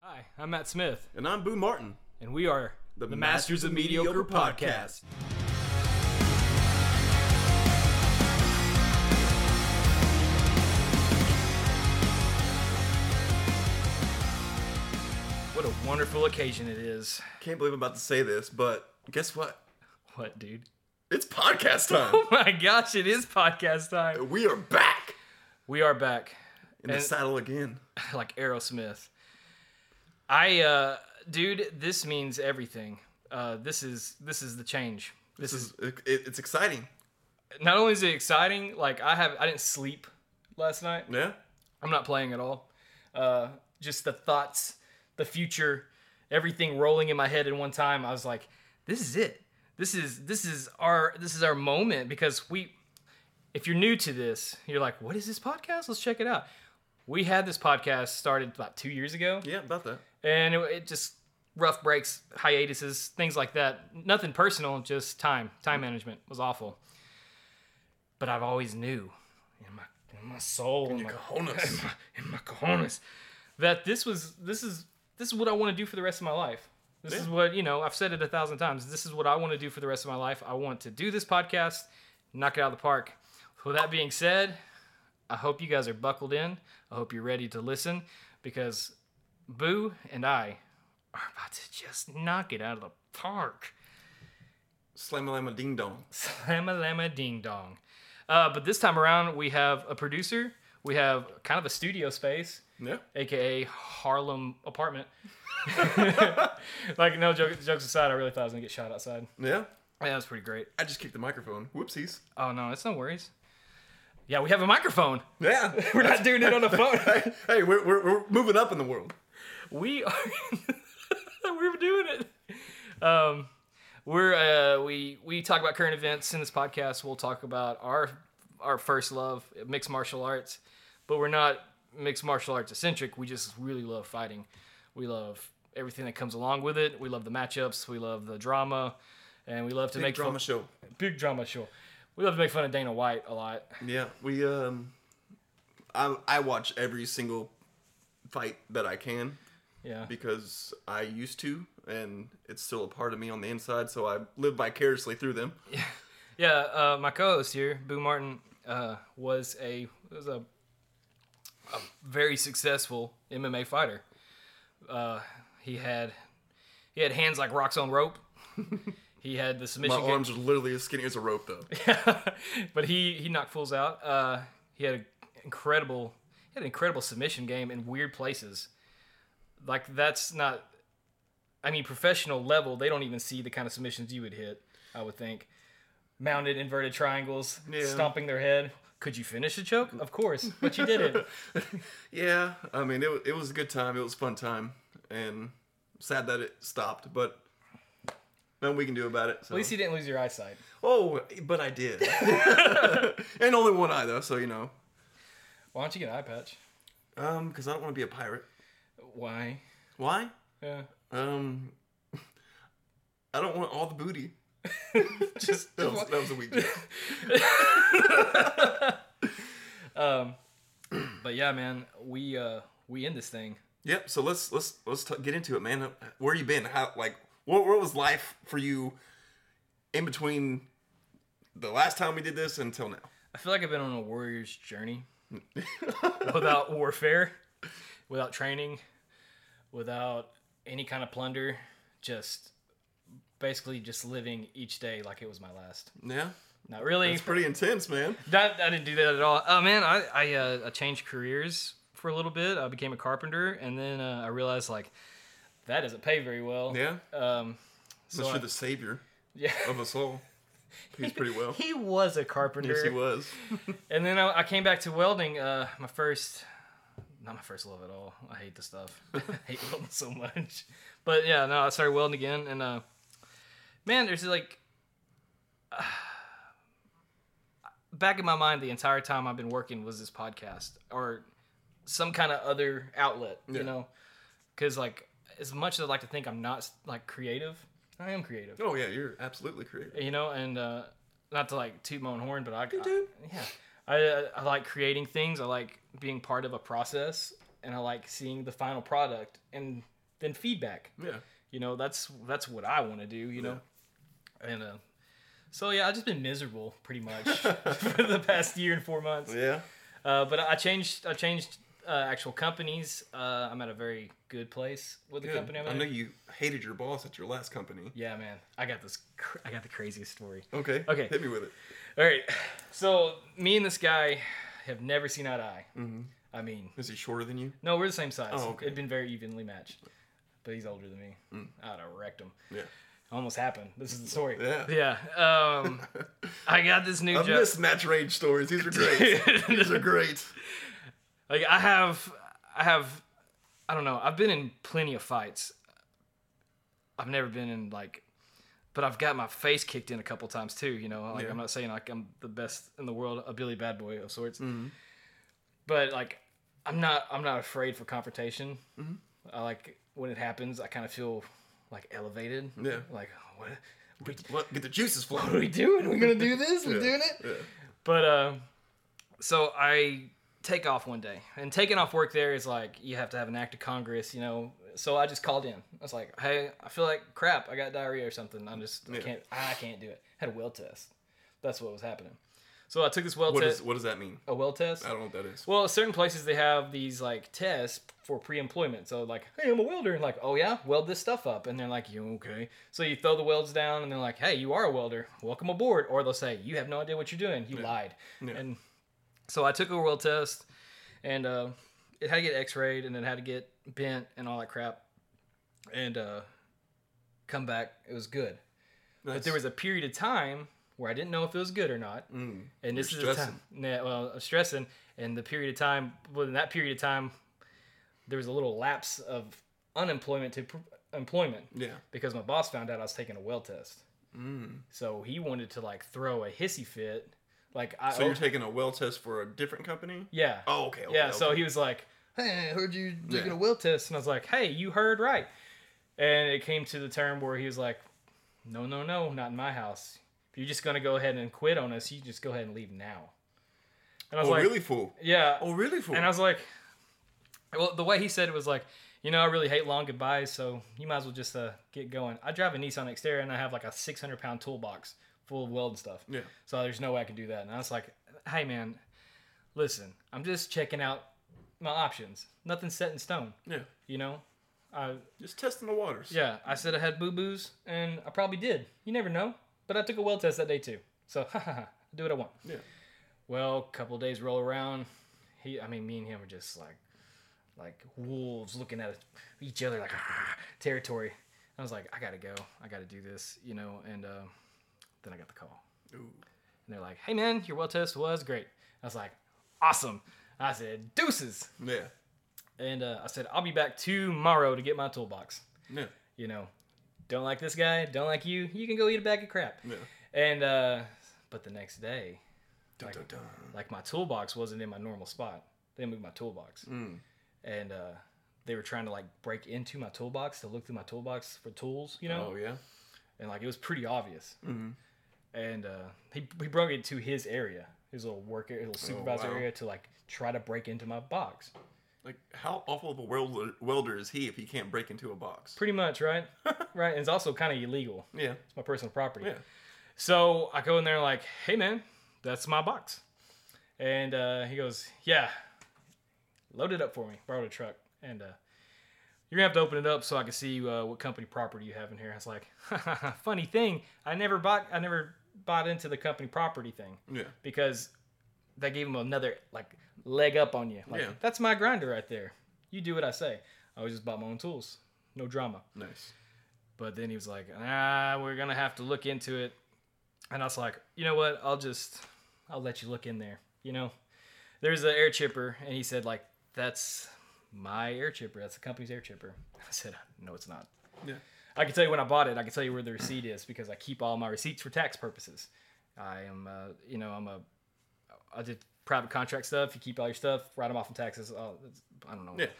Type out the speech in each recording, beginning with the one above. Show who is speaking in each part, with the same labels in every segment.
Speaker 1: Hi, I'm Matt Smith,
Speaker 2: And I'm Boo Martin,
Speaker 1: and we are
Speaker 2: the, Masters, of Mediocre, podcast.
Speaker 1: What a wonderful occasion it is.
Speaker 2: Can't believe I'm about to say this, but guess what?
Speaker 1: What, dude?
Speaker 2: It's podcast
Speaker 1: Oh
Speaker 2: time.
Speaker 1: my gosh, it is podcast time.
Speaker 2: we are back
Speaker 1: We are back,
Speaker 2: in the saddle again.
Speaker 1: like Aerosmith. I, uh, dude, this means everything. Uh, this is this is the change.
Speaker 2: This is it, it's exciting.
Speaker 1: Not only is it exciting, like I have, I didn't sleep last night.
Speaker 2: Yeah.
Speaker 1: I'm not playing at all. Uh, just the thoughts, the future, everything rolling in my head at one time. I was like, "This is it. This is this is our this is our moment." Because we, if you're new to this, you're like, "What is this podcast? Let's check it out." We had this podcast started about two years ago,
Speaker 2: Yeah, about that.
Speaker 1: and it, it just rough breaks, hiatuses, things like that. Nothing personal, just time. Time management was awful. But I've always knew in my in my soul, in my
Speaker 2: Cojones.
Speaker 1: in my cojones that this was this is this is what I want to do for the rest of my life. This is what you know. I've said it a thousand times. This is what I want to do for the rest of my life. I want to do this podcast, knock it out of the park. With that being said, I hope you guys are buckled in. I hope you're ready to listen because Boo and I are about to just knock it out of the park.
Speaker 2: Slam a ding dong.
Speaker 1: Lama lama ding dong. Uh, but this time around, we have a producer. We have kind of a studio space
Speaker 2: Yeah.
Speaker 1: aka Harlem apartment. like no joke, jokes aside, I really thought I was gonna get shot outside.
Speaker 2: Yeah.
Speaker 1: Yeah, that was pretty great.
Speaker 2: I just kicked the microphone. Whoopsies.
Speaker 1: Oh no, it's no worries. Yeah, we have a microphone.
Speaker 2: Yeah.
Speaker 1: We're not doing it on a phone.
Speaker 2: hey, hey we're, we're, we're moving up in the world.
Speaker 1: We are. we're doing it. Um, we're uh, we we talk about current events in this podcast. We'll talk about our our first love, mixed martial arts, but we're not mixed martial arts eccentric. We just really love fighting. We love everything that comes along with it. We love the matchups. We love the drama, and we love to make
Speaker 2: Drama show.
Speaker 1: fun, big drama. Sure, we love to make fun of Dana White a lot.
Speaker 2: Yeah. We, um, I, I watch every single fight that I can.
Speaker 1: Yeah,
Speaker 2: because I used to, and it's still a part of me on the inside. So I live vicariously through them.
Speaker 1: Yeah, uh, my co-host here, Boo Martin, uh, was a was a, a very successful MMA fighter. Uh, he had he had hands like rocks on rope. he had the
Speaker 2: My
Speaker 1: submission. game-
Speaker 2: arms are literally as skinny as a rope, though.
Speaker 1: but he he knocked fools out. Uh, he had an incredible he had an incredible submission game in weird places. Like that's not, I mean, professional level. They don't even see the kind of submissions you would hit. I would think, mounted inverted triangles,
Speaker 2: Yeah.
Speaker 1: stomping their head. Could you finish the choke? Of course, but you did it.
Speaker 2: Yeah, I mean, it, wa- it was a good time. It was a fun time, and sad that it stopped, but nothing we can do about it. So.
Speaker 1: At least you didn't lose your eyesight.
Speaker 2: oh, but I did, and only one eye though. So you know,
Speaker 1: Why don't you get an eye patch?
Speaker 2: um, because I don't want to be a pirate.
Speaker 1: Why?
Speaker 2: Why?
Speaker 1: Yeah.
Speaker 2: Um, I don't want all the booty.
Speaker 1: Just
Speaker 2: That was, that was a weak joke.
Speaker 1: um, but yeah, man, we uh we end this thing.
Speaker 2: Yep. So let's let's let's t- get into it, man. Uh, Where you been? How like what what was life for you in between the last time we did this until now?
Speaker 1: I feel like I've been on a warrior's journey without warfare, without training, without any kind of plunder, just basically just living each day like it was my last.
Speaker 2: Yeah,
Speaker 1: Not really.
Speaker 2: it's pretty intense, man.
Speaker 1: That I didn't do that at all. Oh man, I I, uh, I changed careers for a little bit. I became a carpenter, and then uh, I realized like that doesn't pay very well.
Speaker 2: Yeah,
Speaker 1: Um. So
Speaker 2: Mr.
Speaker 1: I-
Speaker 2: the savior
Speaker 1: yeah.
Speaker 2: of us all. He's pretty well.
Speaker 1: He was a carpenter.
Speaker 2: Yes, he was.
Speaker 1: And then I, I came back to welding. Uh, my first, not my first love at all. I hate this stuff. I hate welding so much. But yeah, no, I started welding again, and uh, man, there's like, back in my mind the entire time I've been working was this podcast or some kind of other outlet,
Speaker 2: Yeah.
Speaker 1: you know, because like as much as I like to think I'm not like creative, I am creative
Speaker 2: Oh yeah, you're absolutely creative.
Speaker 1: you know and uh not to like toot my own horn but i, I
Speaker 2: do.
Speaker 1: yeah I, I like creating things i like being part of a process and i like seeing the final product and than feedback.
Speaker 2: Yeah.
Speaker 1: You know, that's that's what I want to do. You know, and uh, so yeah, I've just been miserable pretty much for the past year and four months.
Speaker 2: Yeah.
Speaker 1: Uh, but I changed. I changed uh, actual companies. Uh, I'm at a very good place with the
Speaker 2: Good.
Speaker 1: company I'm
Speaker 2: I
Speaker 1: at.
Speaker 2: know you hated your boss at your last company.
Speaker 1: yeah, man, I got this. Cr- I got the craziest story.
Speaker 2: Okay.
Speaker 1: Okay.
Speaker 2: Hit me with it.
Speaker 1: All right, so me and this guy have never seen eye to eye. I mean,
Speaker 2: Is he shorter than you?
Speaker 1: no, we're the same size.
Speaker 2: Mm-hmm. Oh, okay. Mm.
Speaker 1: It'd been very evenly matched, but he's older than me. I'd have wrecked him.
Speaker 2: Yeah.
Speaker 1: Almost happened. This is the story.
Speaker 2: Yeah.
Speaker 1: Yeah. Um, I got this new
Speaker 2: I
Speaker 1: job.
Speaker 2: miss match range stories. These are great. These are great.
Speaker 1: like I have, I have, I don't know. I've been in plenty of fights. I've never been in like, but I've got my face kicked in a couple times too. You know, like
Speaker 2: Yeah.
Speaker 1: I'm not saying like I'm the best in the world, a Billy Bad Boy of sorts,
Speaker 2: Mm-hmm.
Speaker 1: but like I'm not, I'm not afraid for confrontation.
Speaker 2: Mm-hmm.
Speaker 1: I like when it happens. I kind of feel like elevated.
Speaker 2: Yeah.
Speaker 1: Like what? We,
Speaker 2: What? Get the juices
Speaker 1: what are
Speaker 2: flowing.
Speaker 1: we doing? We're gonna do this. We're doing it. But uh, so I take off one day, and taking off work there is like you have to have an act of Congress, you know. So I just called in. I was like, "Hey, I feel like crap. I got diarrhea or something. I'm just I
Speaker 2: Yeah.
Speaker 1: can't. I can't do it. had a well test. That's what was happening. So I took this well
Speaker 2: What
Speaker 1: test.
Speaker 2: is? What does that mean?
Speaker 1: a well test.
Speaker 2: I don't know what that is.
Speaker 1: Well, certain places they have these like tests for pre-employment. So like, hey, I'm a welder, and like, oh yeah, weld this stuff up, and they're like, you okay? So you throw the welds down, and they're like, hey, you are a welder, welcome aboard. Or they'll say, you have no idea what you're doing, you lied. And so I took a weld test, and uh, it had to get X-rayed, and it had to get bent and all that crap, and uh, come back, it was good. But there was a period of time where I didn't know if it was good or not.
Speaker 2: Mm.
Speaker 1: And this
Speaker 2: You're
Speaker 1: is the
Speaker 2: stressing.
Speaker 1: time. Yeah, well, I'm stressing, and the period of time. Well, in that period of time, there was a little lapse of unemployment to pr- employment
Speaker 2: Yeah.
Speaker 1: because my boss found out I was taking a well test. Mm. So he wanted to like throw a hissy fit, like I.
Speaker 2: So
Speaker 1: oh,
Speaker 2: you're taking a well test for a different company?
Speaker 1: yeah.
Speaker 2: Oh, okay. okay
Speaker 1: yeah.
Speaker 2: okay.
Speaker 1: So he was like, "Hey, I heard you taking
Speaker 2: Yeah.
Speaker 1: a well test," and I was like, "Hey, you heard right." And it came to the term where he was like, "No, no, no, not in my house. If you're just gonna go ahead and quit on us, you just go ahead and leave now." And I was
Speaker 2: Oh,
Speaker 1: like,
Speaker 2: really fool.
Speaker 1: Yeah.
Speaker 2: Oh, really fool.
Speaker 1: And I was like, well, the way he said it was like, you know, I really hate long goodbyes, so you might as well just uh, get going. I drive a Nissan Xterra and I have like a 600 pound toolbox full of welding stuff.
Speaker 2: Yeah.
Speaker 1: So there's no way I can do that. And I was like, hey, man, listen, I'm just checking out my options. Nothing's set in stone,
Speaker 2: Yeah.
Speaker 1: you know? I,
Speaker 2: Just testing the waters.
Speaker 1: yeah, I said I had boo boos, and I probably did. You never know. But I took a weld test that day too. So, ha ha ha, do what I want.
Speaker 2: Yeah.
Speaker 1: Well, a couple of days roll around. He, I mean, me and him are just like, like wolves looking at each other, like "Ah," territory. I was like, I gotta go. I gotta do this, you know. And uh, then I got the call,
Speaker 2: Ooh.
Speaker 1: and they're like, Hey, man, your well test was great. I was like, Awesome. I said, Deuces.
Speaker 2: Yeah.
Speaker 1: And uh, I said, I'll be back tomorrow to get my toolbox.
Speaker 2: Yeah.
Speaker 1: You know, don't like this guy, don't like you. You can go eat a bag of crap.
Speaker 2: Yeah.
Speaker 1: And uh, but the next day,
Speaker 2: Dun, dun, dun.
Speaker 1: like my toolbox wasn't in my normal spot. They moved my toolbox,
Speaker 2: Mm.
Speaker 1: and uh, they were trying to like break into my toolbox to look through my toolbox for tools, you know.
Speaker 2: Oh Mm-hmm. yeah.
Speaker 1: And like it was pretty obvious. And uh, he he broke it to his area, his little work area, his little supervisor
Speaker 2: Oh, wow.
Speaker 1: area, to like try to break into my box.
Speaker 2: Like how awful of a welder, welder is he if he can't break into a box?
Speaker 1: Pretty much, right? right. And it's also kind of illegal.
Speaker 2: Yeah.
Speaker 1: It's my personal property.
Speaker 2: Yeah.
Speaker 1: So I go in there like, hey man, that's my box. And uh, he goes, yeah, load it up for me. Borrowed a truck, and uh, you're gonna have to open it up so I can see uh, what company property you have in here. I was like, funny thing, I never bought, I never bought into the company property thing
Speaker 2: Yeah.
Speaker 1: because that gave him another like leg up on you. Like
Speaker 2: Yeah.
Speaker 1: that's my grinder right there. You do what I say. I always just bought my own tools. No drama.
Speaker 2: Nice.
Speaker 1: But then he was like, ah, we're gonna have to look into it. And I was like, you know what? I'll just, I'll let you look in there. You know, there's an air chipper, and he said like, that's my air chipper. That's the company's air chipper. I said, no, it's not.
Speaker 2: Yeah.
Speaker 1: I can tell you when I bought it. I can tell you where the receipt is because I keep all my receipts for tax purposes. I am, uh, you know, I'm a, I did private contract stuff. You keep all your stuff, write them off in taxes. Oh, that's- I don't know.
Speaker 2: Yeah.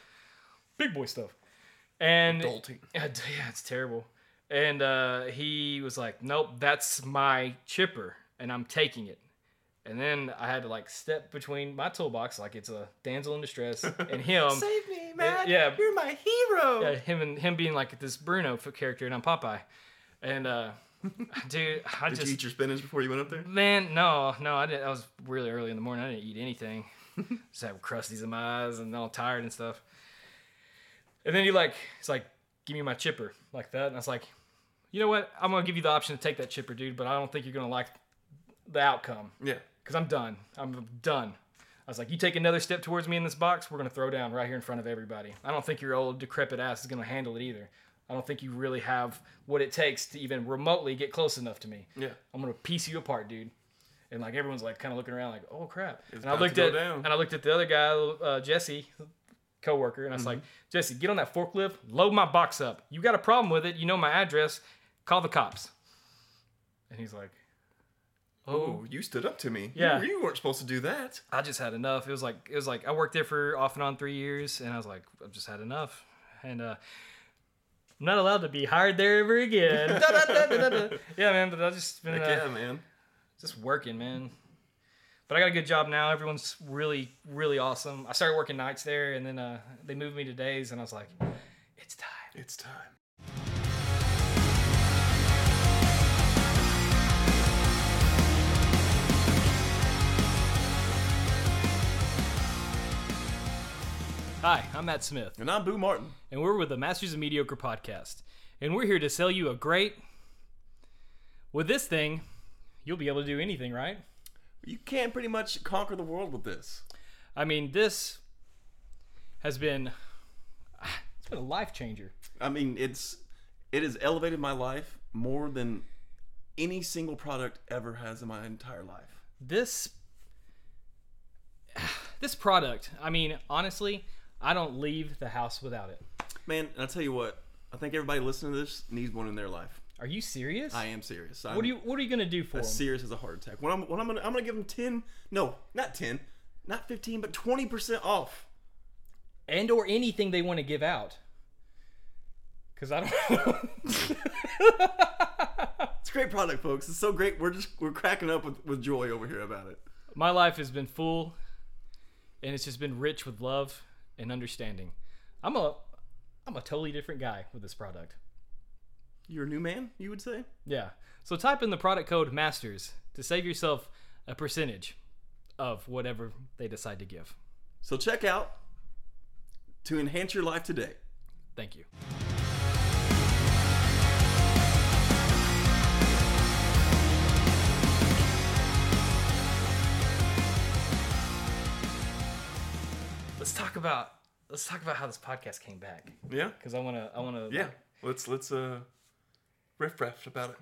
Speaker 1: Big boy stuff. And
Speaker 2: Adulting.
Speaker 1: yeah, d- yeah, it's terrible. And uh, he was like, "Nope, that's my chipper, and I'm taking it." And then I had to like step between my toolbox, like it's a damsel in distress, and him,
Speaker 2: Save me. me, man.
Speaker 1: yeah.
Speaker 2: You're my hero.
Speaker 1: Yeah, him and him being like this Bruno f- character, and I'm Popeye, and uh, dude, I
Speaker 2: Did
Speaker 1: just
Speaker 2: you eat your spinach before you went up there?
Speaker 1: man, no, no, I didn't. I was really early in the morning. I didn't eat anything. just had crusties in my eyes and all tired and stuff. And then he like, he's like, give me my chipper like that, and I was like, you know what? I'm gonna give you the option to take that chipper, dude, but I don't think you're gonna like the outcome
Speaker 2: Yeah.
Speaker 1: because I'm done. I'm done. I was like, you take another step towards me in this box, we're gonna throw down right here in front of everybody. I don't think your old decrepit ass is gonna handle it either. I don't think you really have what it takes to even remotely get close enough to me.
Speaker 2: Yeah.
Speaker 1: I'm gonna piece you apart, dude. And like everyone's like kind of looking around, like, oh crap. and I
Speaker 2: about to
Speaker 1: looked
Speaker 2: go
Speaker 1: at
Speaker 2: down.
Speaker 1: and I looked at the other guy, uh, Jesse, coworker, and I was like,
Speaker 2: Mm-hmm.
Speaker 1: Jesse, get on that forklift, load my box up. You got a problem with it? You know my address. Call the cops. And he's like,
Speaker 2: Oh, you stood up to me. You-
Speaker 1: Yeah.
Speaker 2: You, weren't supposed to do that.
Speaker 1: I just had enough. It was like it was like I worked there for off and on three years, and I was like, I've just had enough, and uh, I'm not allowed to be hired there ever again. Da, da, da, da, da, da. Yeah, man, but I just been
Speaker 2: Like,
Speaker 1: uh,
Speaker 2: yeah, man.
Speaker 1: just working, man. But I got a good job now. Everyone's really, really awesome. I started working nights there, and then uh, they moved me to days, and I was like, it's time.
Speaker 2: It's time.
Speaker 1: Hi, I'm Matt Smith,
Speaker 2: And I'm Boo Martin.
Speaker 1: and we're with the Masters of Mediocre podcast, and we're here to sell you a great. With this thing, you'll be able to do anything, right?
Speaker 2: You can pretty much conquer the world with this.
Speaker 1: I mean, this has been it's been a life changer.
Speaker 2: I mean, it's it has elevated my life more than any single product ever has in my entire life.
Speaker 1: This this product, I mean, honestly, I don't leave the house without it.
Speaker 2: Man, and I tell you what, I think everybody listening to this needs one in their life.
Speaker 1: Are you serious?
Speaker 2: I am serious. I'm
Speaker 1: what are you what are you going to do for 'em?
Speaker 2: serious as a heart attack. When I'm when I'm gonna I'm gonna give them ten. No, not ten, not fifteen, but twenty percent off.
Speaker 1: and or anything they want to give out? Cuz I don't
Speaker 2: It's a great product, folks. It's so great. We're just we're cracking up with, with joy over here about it.
Speaker 1: My life has been full and it's just been rich with love and understanding. I'm a I'm a totally different guy with this product.
Speaker 2: You're a new man, you would say.
Speaker 1: Yeah. So type in the product code MASTERS to save yourself a percentage of whatever they decide to give.
Speaker 2: So check out to enhance your life today.
Speaker 1: Thank you. Let's talk about let's talk about how this podcast came back
Speaker 2: Yeah,
Speaker 1: cuz I want to I want to
Speaker 2: yeah. Let's let's uh riff raff about it.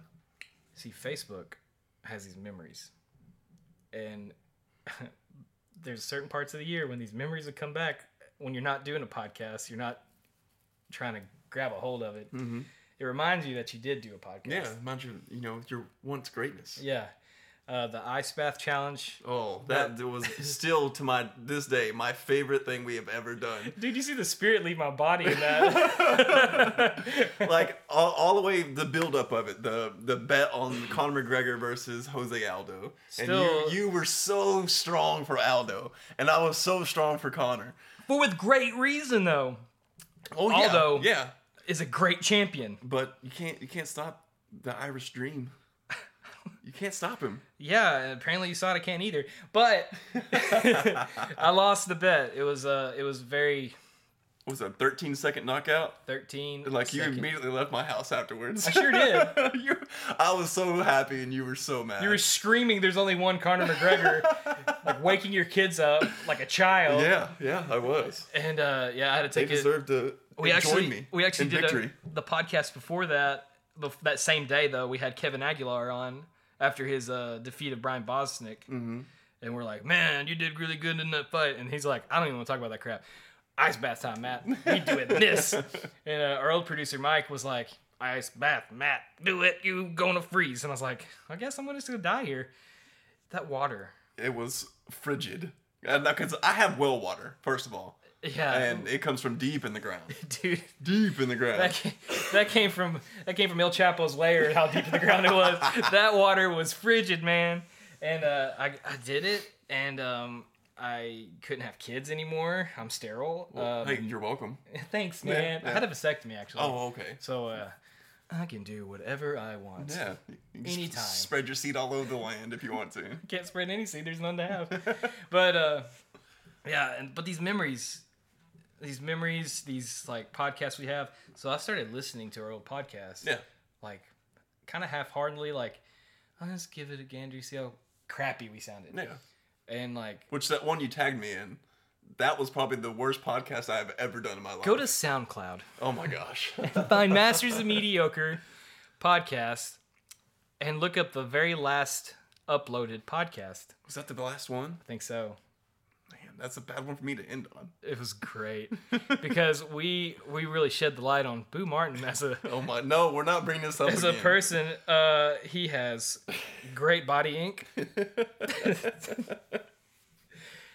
Speaker 1: see facebook has these memories and there's certain parts of the year when these memories would come back when you're not doing a podcast you're not trying to grab a hold of it it reminds you that you did do a podcast
Speaker 2: Yeah, mind you, you know your once greatness.
Speaker 1: yeah uh, the ice bath challenge
Speaker 2: Oh, that was still to my this day my favorite thing we have ever done.
Speaker 1: dude you see the spirit leave my body in that
Speaker 2: like all, all the way the build up of it, the the bet on Conor McGregor versus Jose Aldo,
Speaker 1: Still-
Speaker 2: and you you were so strong for Aldo, and I was so strong for Conor.
Speaker 1: but with great reason though
Speaker 2: Oh
Speaker 1: yeah. Aldo.
Speaker 2: yeah,
Speaker 1: is a great champion
Speaker 2: but you can't you can't stop the Irish Dream. You can't stop him.
Speaker 1: Yeah, apparently you saw it. I can't either. But I lost the bet. It was uh, it was very
Speaker 2: What was that 13 second knockout?
Speaker 1: thirteen.
Speaker 2: Like
Speaker 1: second-
Speaker 2: you immediately left my house afterwards. I
Speaker 1: sure did.
Speaker 2: I was so happy, and you were so mad.
Speaker 1: You were screaming. There's only one Conor McGregor, like waking your kids up like a child.
Speaker 2: yeah, yeah, I was.
Speaker 1: And uh, yeah, I had to
Speaker 2: They
Speaker 1: take it.
Speaker 2: deserved to
Speaker 1: We
Speaker 2: join
Speaker 1: actually
Speaker 2: me.
Speaker 1: we actually
Speaker 2: in
Speaker 1: did
Speaker 2: victory.
Speaker 1: a, the podcast before that. bef- That same day though, we had Kevin Aguilar on after his uh, defeat of Brian Bosnick,
Speaker 2: Mm-hmm.
Speaker 1: and we're like, "Man, you did really good in that fight." And he's like, "I don't even want to talk about that crap." Ice bath time, Matt. We doing this. and uh, our old producer Mike was like, "Ice bath, Matt. Do it. You gonna freeze?" And I was like, "I guess I'm just gonna die here." That water.
Speaker 2: it was frigid. Because I have well water, first of all,
Speaker 1: Yeah,
Speaker 2: and it comes from deep in the ground.
Speaker 1: dude.
Speaker 2: Deep in the ground.
Speaker 1: That came, that came from that came from El Chapo's lair and how deep in the ground it was. That water was frigid, man. And uh, I I did it, and um, I couldn't have kids anymore. I'm sterile.
Speaker 2: Well,
Speaker 1: um,
Speaker 2: hey, you're welcome.
Speaker 1: Thanks,
Speaker 2: Yeah,
Speaker 1: man. I
Speaker 2: yeah.
Speaker 1: had a vasectomy actually.
Speaker 2: Oh, okay.
Speaker 1: So uh, I can do whatever I want.
Speaker 2: Yeah. You can s-
Speaker 1: Anytime.
Speaker 2: Spread your seed all over the land if you want to.
Speaker 1: Can't spread any seed. There's none to have. but uh, yeah, and but these memories, these memories, these like podcasts we have. So I started listening to our old podcast.
Speaker 2: Yeah.
Speaker 1: Like, kind of half-heartedly. Like, I'll just give it a gander, see how crappy we sounded.
Speaker 2: Yeah.
Speaker 1: And like,
Speaker 2: Which that one you tagged me in, that was probably the worst podcast I've ever done in my life.
Speaker 1: go to SoundCloud.
Speaker 2: Oh my gosh.
Speaker 1: find Masters of Mediocre podcast and look up the very last uploaded podcast.
Speaker 2: was that the last one?
Speaker 1: I think so.
Speaker 2: Man, that's a bad one for me to end on.
Speaker 1: It was great because we we really shed the light on Boo Martin as a
Speaker 2: Oh my no, we're not bringing this up.
Speaker 1: as a
Speaker 2: again.
Speaker 1: person. Uh, he has great body ink.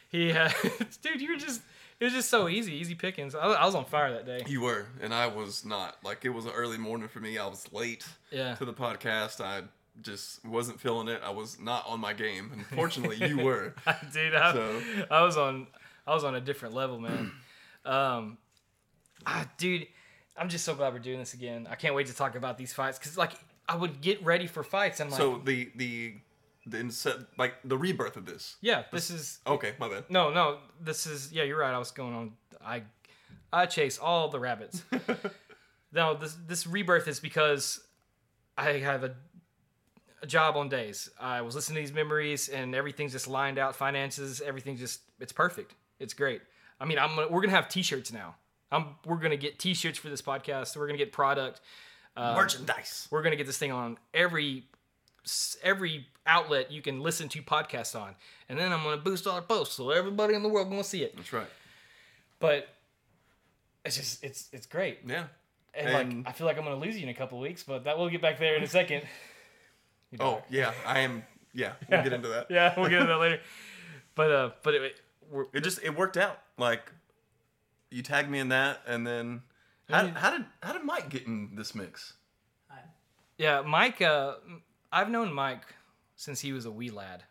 Speaker 1: he has, dude. You were just it was just so easy, easy pickings. I, I was on fire that day.
Speaker 2: You were, and I was not. Like it was an early morning for me. I was late
Speaker 1: Yeah.
Speaker 2: to the podcast. I just wasn't feeling it. I was not on my game. Unfortunately, you were.
Speaker 1: dude. I,
Speaker 2: So-
Speaker 1: I was on I was on a different level, man. um, ah, dude, I'm just so glad we're doing this again. I can't wait to talk about these fights because like I would get ready for fights. I'm like,
Speaker 2: So the the the inset, like the rebirth of this.
Speaker 1: yeah, this is
Speaker 2: Okay, my bad.
Speaker 1: no, no, this is yeah. You're right. I was going on. I I chase all the rabbits. no, this this rebirth is because I have a a job on days. I was listening to these memories, and everything's just lined out. Finances, everything just it's perfect. It's great. I mean, I'm gonna, we're gonna have T-shirts now. I'm we're gonna get T-shirts for this podcast. We're gonna get product. Uh,
Speaker 2: Merchandise.
Speaker 1: We're gonna get this thing on every s- every outlet you can listen to podcasts on, and then I'm gonna boost all our posts so everybody in the world gonna see it.
Speaker 2: That's right.
Speaker 1: But it's just it's it's great.
Speaker 2: Yeah.
Speaker 1: And,
Speaker 2: And-
Speaker 1: like I feel like I'm gonna lose you in a couple weeks, but that we'll get back there in a second. You know.
Speaker 2: Oh yeah, I am. Yeah, we'll get into that.
Speaker 1: yeah, we'll get into that later. But uh, but it, we're,
Speaker 2: It just it worked out. Like you tagged me in that, and then how, how did how did Mike get in this mix?
Speaker 1: yeah, Mike. Uh, I've known Mike since he was a wee lad.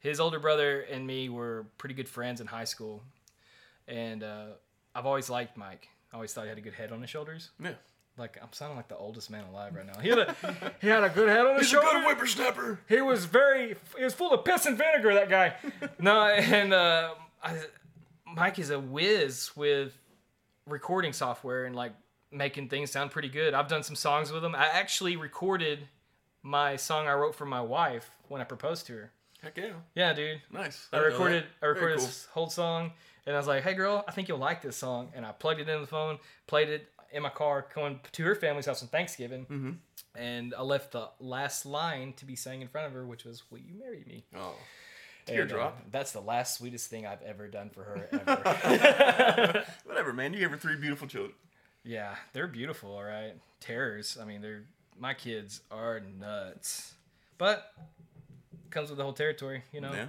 Speaker 1: His older brother and me were pretty good friends in high school, and uh, I've always liked Mike. I always thought he had a good head on his shoulders.
Speaker 2: Yeah.
Speaker 1: Like I'm sounding like the oldest man alive right now. He had a he had a good head on his
Speaker 2: He's a good
Speaker 1: shoulders.
Speaker 2: whippersnapper.
Speaker 1: he was very he was full of piss and vinegar that guy no and uh, I, mike is a whiz with recording software and like making things sound pretty good i've done some songs with him i actually recorded my song i wrote for my wife when i proposed to her
Speaker 2: Heck yeah.
Speaker 1: yeah dude
Speaker 2: Nice.
Speaker 1: I
Speaker 2: didn't know
Speaker 1: recorded
Speaker 2: that.
Speaker 1: I
Speaker 2: Very
Speaker 1: recorded
Speaker 2: cool.
Speaker 1: this whole song and I was like, "Hey girl, I think you'll like this song." And I plugged it in the phone, played it in my car going to her family's house on Thanksgiving. Mm-hmm. And I left the last line to be sang in front of her, which was "Will you marry me?"
Speaker 2: Oh.
Speaker 1: And,
Speaker 2: Teardrop.
Speaker 1: uh, that's the last sweetest thing I've ever done for her ever.
Speaker 2: Whatever, man. You gave her three beautiful children.
Speaker 1: yeah, they're beautiful, all right. Terrors. I mean, they're my kids are nuts. But comes with the whole territory, you know.
Speaker 2: Yeah.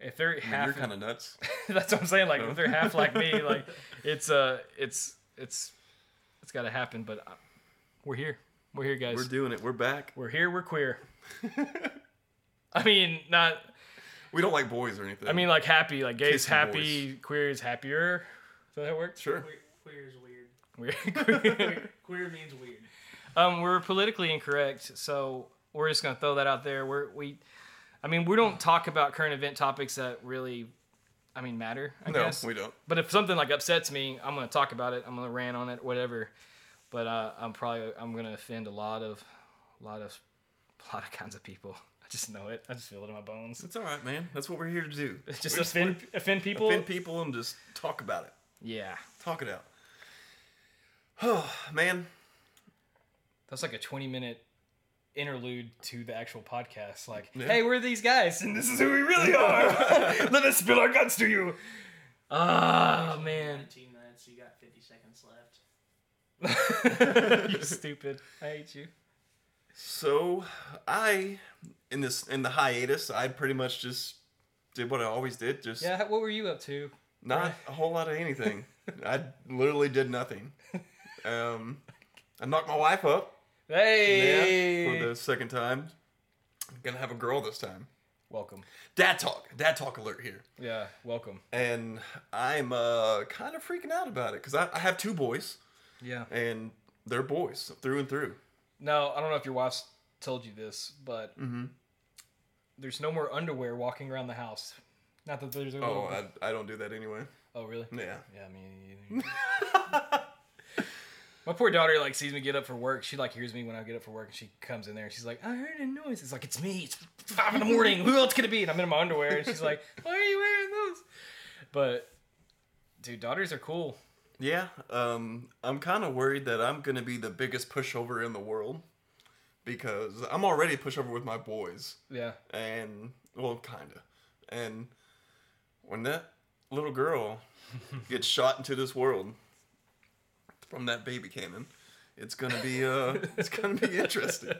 Speaker 1: If they're
Speaker 2: I mean,
Speaker 1: Oh, half
Speaker 2: you're kind of nuts.
Speaker 1: That's what I'm saying. Like if they're half like me, like it's uh it's it's it's got to happen. But uh, we're here. We're here, guys.
Speaker 2: We're
Speaker 1: We're,
Speaker 2: doing it. We're back.
Speaker 1: here. We're queer. I mean, not.
Speaker 2: We don't like boys or anything.
Speaker 1: I mean, like happy. Like gay's
Speaker 2: Kissing
Speaker 1: happy. Queer is happier. Does that work?
Speaker 2: sure.
Speaker 3: Queer, queer is weird.
Speaker 1: We're-
Speaker 3: Queer means weird.
Speaker 1: um, we're politically incorrect, so we're just gonna throw that out there. We're we. I mean, we don't talk about current event topics that really, I mean, matter. I
Speaker 2: No,
Speaker 1: guess.
Speaker 2: we don't.
Speaker 1: But if something like upsets me, I'm gonna talk about it. I'm gonna rant on it, whatever. But uh, I'm probably I'm gonna offend a lot of, lot of, lot of kinds of people. I just know it. I just feel it in my bones.
Speaker 2: It's all right, man. That's what we're here to do.
Speaker 1: Just
Speaker 2: We're
Speaker 1: offend offend people.
Speaker 2: offend people and just talk about it.
Speaker 1: Yeah,
Speaker 2: Talk it out. Oh man,
Speaker 1: that's like a 20 minute interlude to the actual podcast. Like,
Speaker 2: Yeah.
Speaker 1: hey, we're these guys, and this is who we really are.
Speaker 2: let us spill our guts to you.
Speaker 1: oh man,
Speaker 3: 19 minutes, you got 50 seconds left.
Speaker 1: you stupid. I hate you.
Speaker 2: So I, in this in the hiatus, I pretty much just did what I always did. Just
Speaker 1: Yeah, what were you up to?
Speaker 2: Not a whole lot of anything. I literally did nothing. Um, I knocked my wife up. Yeah,
Speaker 1: Hey,
Speaker 2: for the second time. gonna have a girl this time.
Speaker 1: Welcome.
Speaker 2: Dad talk, dad talk alert here.
Speaker 1: Yeah, welcome.
Speaker 2: And I'm uh, kind of freaking out about it because I, I have two boys
Speaker 1: Yeah.
Speaker 2: and they're boys through and through.
Speaker 1: Now, I don't know if your wife's told you this, but there's no more underwear walking around the house. Not that there's a
Speaker 2: Oh, I, I don't do that anyway.
Speaker 1: oh really?
Speaker 2: Yeah.
Speaker 1: Yeah, I mean, my poor daughter like sees me get up for work. She like hears me when I get up for work, and she comes in there and she's like, "I heard a noise." It's like it's me. It's five in the morning. Who else could it be? And I'm in my underwear, and she's like, "Why are you wearing those?" But dude, daughters are cool.
Speaker 2: Yeah. Um, I'm kind of worried that I'm gonna be the biggest pushover in the world because I'm already a pushover with my boys.
Speaker 1: Yeah,
Speaker 2: and well, kinda. And when that little girl gets shot into this world from that baby cannon, it's gonna be uh, it's gonna be interesting.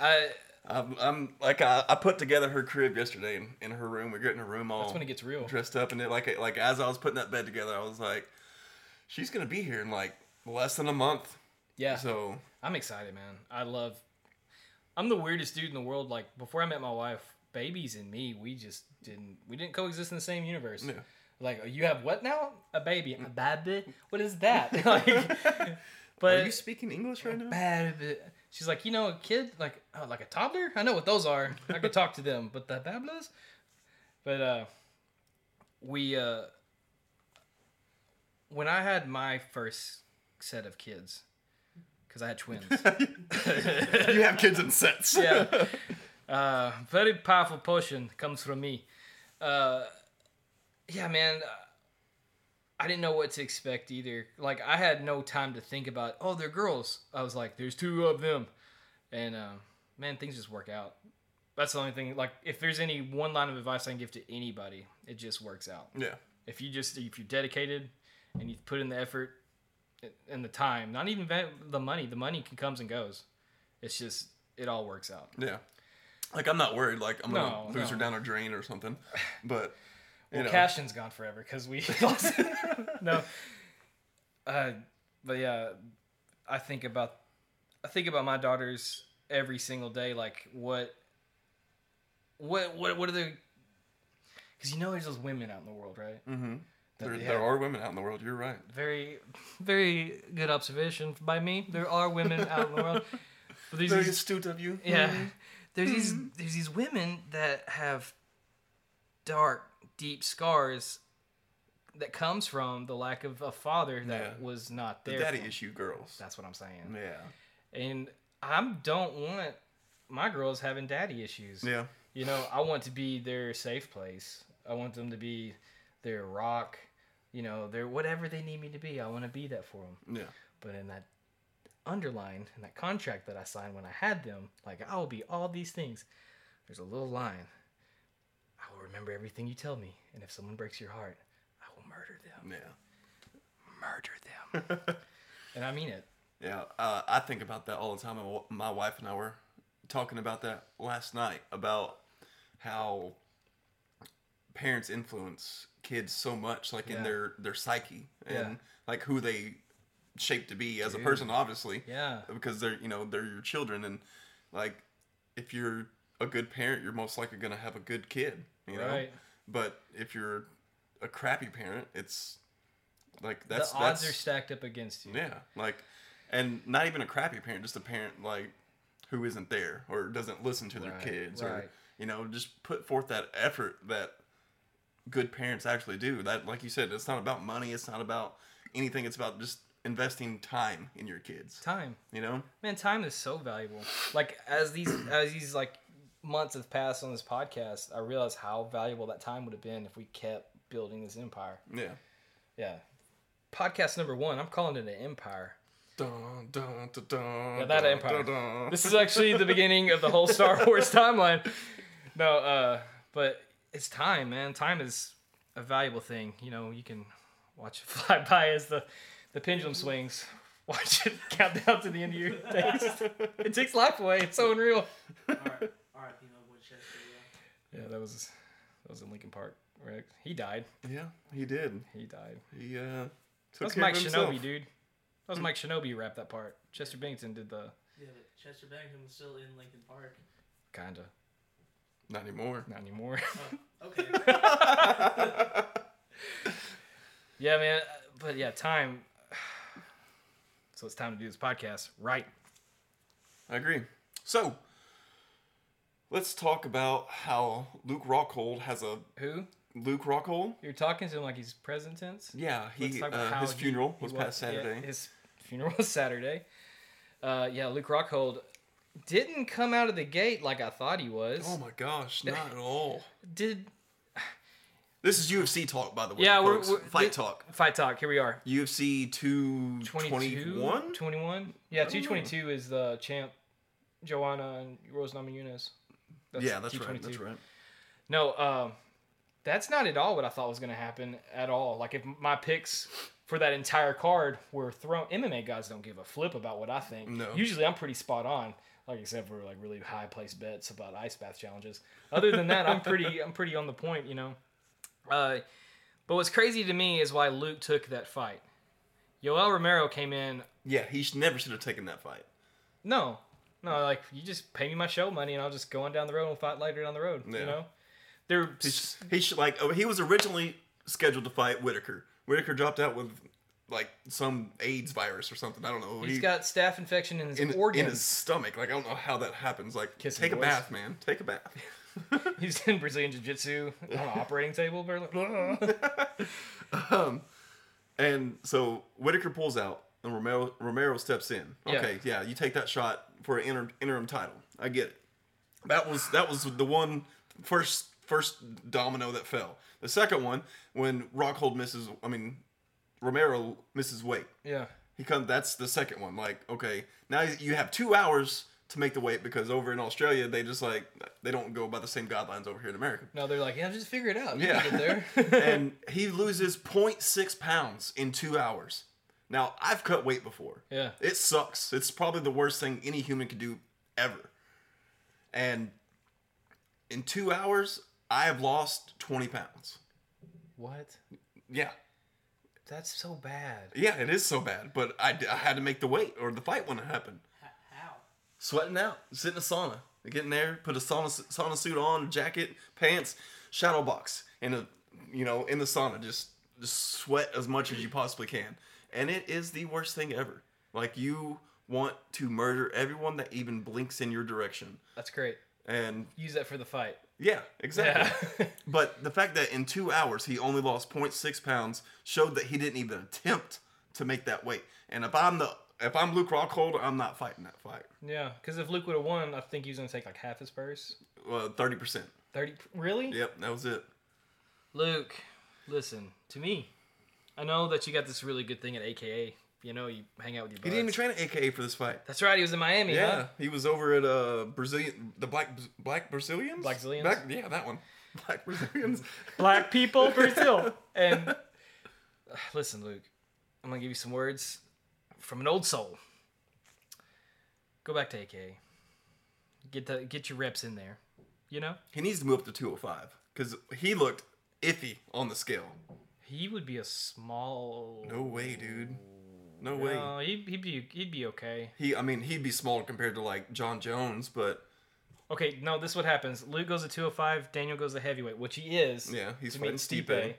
Speaker 1: I,
Speaker 2: I'm, I'm like I, I put together her crib yesterday in, in her room. We're getting her room all
Speaker 1: that's when it gets real.
Speaker 2: dressed up, and it like like as I was putting that bed together, I was like, she's gonna be here in like less than a month.
Speaker 1: Yeah,
Speaker 2: So
Speaker 1: I'm excited, man. I love. I'm the weirdest dude in the world. Like before I met my wife, babies and me, we just didn't we didn't coexist in the same universe.
Speaker 2: Yeah.
Speaker 1: Like you have what now? A baby? A baby? What is that? like, but
Speaker 2: are you speaking English right now?
Speaker 1: baby. She's like, you know, a kid, like oh, like a toddler. I know what those are. I could talk to them, but the bablas. But uh, we uh, when I had my first set of kids, because I had twins.
Speaker 2: you have kids in sets.
Speaker 1: yeah. Uh, very powerful potion comes from me. Uh, yeah, man. uh, I didn't know what to expect either. Like, I had no time to think about, oh, they're girls. I was like, there's two of them. And, uh, man, things just work out. That's the only thing. Like, if there's any one line of advice I can give to anybody, it just works out.
Speaker 2: yeah.
Speaker 1: If you just, if you're dedicated and you put in the effort and the time, not even va- the money, the money can, comes and goes. It's just, it all works out.
Speaker 2: Yeah. Like I'm not worried. Like I'm gonna
Speaker 1: No,
Speaker 2: lose her
Speaker 1: no.
Speaker 2: down a drain or something. But you
Speaker 1: Well,
Speaker 2: know,
Speaker 1: Cashin's gone forever because we lost. no, uh, but yeah, I think about I think about my daughters every single day. Like what, what, what, what are the? Because you know, there's those women out in the world, right?
Speaker 2: Mm-hmm. there,
Speaker 1: they
Speaker 2: there
Speaker 1: have-
Speaker 2: are women out in the world. You're right.
Speaker 1: Very, very good observation by me. There are women out in the world. But there's these-
Speaker 2: astute of you.
Speaker 1: yeah. There's these there's these women that have dark, deep scars that comes from the lack of a father that
Speaker 2: Yeah.
Speaker 1: was not
Speaker 2: The
Speaker 1: there.
Speaker 2: daddy
Speaker 1: for 'em.
Speaker 2: issue girls.
Speaker 1: That's what I'm saying.
Speaker 2: Yeah.
Speaker 1: And I don't want my girls having daddy issues.
Speaker 2: Yeah.
Speaker 1: You know, I want to be their safe place. I want them to be their rock. You know, their whatever they need me to be. I want to be that for them
Speaker 2: Yeah.
Speaker 1: but in that underline in that contract that I signed when I had them, like I will be all these things. There's a little line. I will remember everything you tell me, and if someone breaks your heart, I will murder them.
Speaker 2: Yeah.
Speaker 1: Murder them. and I mean it.
Speaker 2: Yeah. Uh, I think about that all the time. and My wife and I were talking about that last night about how parents influence kids so much, like in
Speaker 1: Yeah.
Speaker 2: their their psyche and
Speaker 1: Yeah.
Speaker 2: like who they shape to be as a person, obviously.
Speaker 1: Yeah.
Speaker 2: because they're you know they're your children and like if you're a good parent you're most likely going to have a good kid you know
Speaker 1: Right.
Speaker 2: but if you're a crappy parent it's like that's
Speaker 1: the odds
Speaker 2: that's
Speaker 1: are stacked up against you.
Speaker 2: yeah like and not even a crappy parent just a parent like who isn't there or doesn't listen to their
Speaker 1: Right,
Speaker 2: kids or
Speaker 1: right.
Speaker 2: you know just put forth that effort that good parents actually do that like you said it's not about money it's not about anything it's about just investing time in your kids
Speaker 1: Time.
Speaker 2: you know
Speaker 1: Man, time is so valuable. Like as these as these like months have passed on this podcast, I realize how valuable that time would have been if we kept building this empire.
Speaker 2: yeah
Speaker 1: Yeah. Podcast number one, I'm calling it an empire.
Speaker 2: Dun, dun, dun, dun,
Speaker 1: Yeah, that
Speaker 2: dun,
Speaker 1: empire.
Speaker 2: dun, dun.
Speaker 1: This is actually the beginning of the whole Star Wars timeline. No, uh, but it's time, man. Time is a valuable thing. You know, you can watch it fly by as the, the pendulum swings. Watch it count down to the end of your days. it takes life away. It's so unreal.
Speaker 3: R.I.P. Mel Winchester. Yeah.
Speaker 1: Yeah, that was that was in Lincoln Park. Right? He died.
Speaker 2: Yeah, he did.
Speaker 1: He died.
Speaker 2: He uh, took
Speaker 1: That's
Speaker 2: care
Speaker 1: Mike
Speaker 2: of himself.
Speaker 1: Shinobi, dude. That was Mike Shinobi who rapped that part. Chester Bennington did the
Speaker 3: Yeah, but Chester Bennington was still in Lincoln Park.
Speaker 1: kinda.
Speaker 2: Not anymore.
Speaker 1: Not anymore.
Speaker 3: Okay.
Speaker 1: yeah, man. But yeah, time. So it's time to do this podcast, right?
Speaker 2: I agree. So, let's talk about how Luke Rockhold has a
Speaker 1: Who?
Speaker 2: Luke Rockhold.
Speaker 1: You're talking to him like he's present tense?
Speaker 2: Yeah,
Speaker 1: Let's
Speaker 2: he
Speaker 1: talk about
Speaker 2: uh,
Speaker 1: how
Speaker 2: his
Speaker 1: he-
Speaker 2: funeral
Speaker 1: he
Speaker 2: was past
Speaker 1: yeah,
Speaker 2: Saturday.
Speaker 1: his funeral was Saturday. Uh, yeah, Luke Rockhold didn't come out of the gate like I thought he was.
Speaker 2: oh my gosh, not at all.
Speaker 1: Did
Speaker 2: This is UFC talk, by the way.
Speaker 1: yeah, we're,
Speaker 2: folks.
Speaker 1: we're-
Speaker 2: fight
Speaker 1: thi-
Speaker 2: talk.
Speaker 1: Fight talk. Here we are.
Speaker 2: UFC
Speaker 1: 22,
Speaker 2: 221.
Speaker 1: 21? Yeah,
Speaker 2: don't know.
Speaker 1: 222 is the champ Joanna and Rose Namajunas.
Speaker 2: Yeah, that's right. That's
Speaker 1: 222.
Speaker 2: right.
Speaker 1: No, um, that's not at all what I thought was going to happen at all. Like if my picks for that entire card were thrown, MMA guys don't give a flip about what I think.
Speaker 2: No.
Speaker 1: Usually I'm pretty spot on. Like except for like really high place bets about ice bath challenges. Other than that, I'm pretty I'm pretty on the point, you know. Uh, but what's crazy to me is why Luke took that fight. Yoel Romero came in.
Speaker 2: Yeah, he sh- never should have taken that fight.
Speaker 1: No, no, like you just pay me my show money and I'll just go on down the road and we'll fight later down the road.
Speaker 2: Yeah.
Speaker 1: You know, they're
Speaker 2: He sh- he should like oh, he was originally scheduled to fight Whitaker. Whitaker dropped out with like some AIDS virus or something. I don't know.
Speaker 1: He's
Speaker 2: He-
Speaker 1: got staph infection in his
Speaker 2: in,
Speaker 1: organs.
Speaker 2: in his stomach. Like I don't know how that happens. Like
Speaker 1: Kissing
Speaker 2: take a
Speaker 1: boys.
Speaker 2: bath, man. Take a bath.
Speaker 1: He's in Brazilian Jiu Jitsu on an operating table. apparently.
Speaker 2: And so Whitaker pulls out, and Romero Romero steps in.
Speaker 1: Yeah.
Speaker 2: Okay, yeah, you take that shot for an inter- interim title. I get it. That was that was the one first first domino that fell. The second one when Rockhold misses. I mean, Romero misses weight.
Speaker 1: yeah.
Speaker 2: He comes. That's the second one. Like, okay, now you have two hours to make the weight because over in Australia they just like they don't go by the same guidelines over here in America.
Speaker 1: No, they're like, yeah, just figure it out. You
Speaker 2: Yeah.
Speaker 1: can get there.
Speaker 2: and he loses 0.6 pounds in two hours. Now, I've cut weight before.
Speaker 1: Yeah.
Speaker 2: It sucks. It's probably the worst thing any human could do ever. And in two hours, I have lost 20 pounds.
Speaker 1: what?
Speaker 2: Yeah.
Speaker 1: That's so bad.
Speaker 2: Yeah, it is so bad. But I, I had to make the weight or the fight wouldn't happen.
Speaker 3: H- How?
Speaker 2: Sweating out, sit in a sauna, get in there, put a sauna, sauna suit on, jacket, pants, shadow box, in a, you know, in the sauna, just, just sweat as much as you possibly can, and it is the worst thing ever. Like you want to murder everyone that even blinks in your direction,
Speaker 1: That's great.
Speaker 2: and
Speaker 1: Use that for the fight.
Speaker 2: yeah, exactly.
Speaker 1: Yeah.
Speaker 2: But the fact that in two hours he only lost 0.6 pounds showed that he didn't even attempt to make that weight. And if I'm the, if I'm Luke Rockhold, I'm not fighting that fight.
Speaker 1: yeah. Because if Luke would have won, I think he was going to take like half his purse.
Speaker 2: Well, thirty percent.
Speaker 1: 30. Really?
Speaker 2: Yep, that was it.
Speaker 1: Luke, listen to me. I know that you got this really good thing at AKA. You know, you hang out with your
Speaker 2: He
Speaker 1: buddies.
Speaker 2: didn't even train at AKA for this fight.
Speaker 1: That's right. He was in Miami.
Speaker 2: Yeah,
Speaker 1: Huh?
Speaker 2: he was over at uh Brazilian, the black black Brazilians,
Speaker 1: Black Zillions?
Speaker 2: yeah, that one, black Brazilians.
Speaker 1: black people Brazil. And uh, listen, Luke, I'm gonna give you some words from an old soul. Go back to AK. Get the get your reps in there. You know
Speaker 2: he needs to move up to 205 because he looked iffy on the scale.
Speaker 1: he would be a small.
Speaker 2: No way, dude. No way.
Speaker 1: No, he'd, he'd be he'd be okay.
Speaker 2: He, I mean, he'd be smaller compared to like John Jones, but
Speaker 1: Okay, no, this is what happens. Luke goes to 205. Daniel goes to heavyweight, which he is.
Speaker 2: yeah, he's
Speaker 1: to
Speaker 2: fighting
Speaker 1: meet
Speaker 2: Stipe.
Speaker 1: Stipe.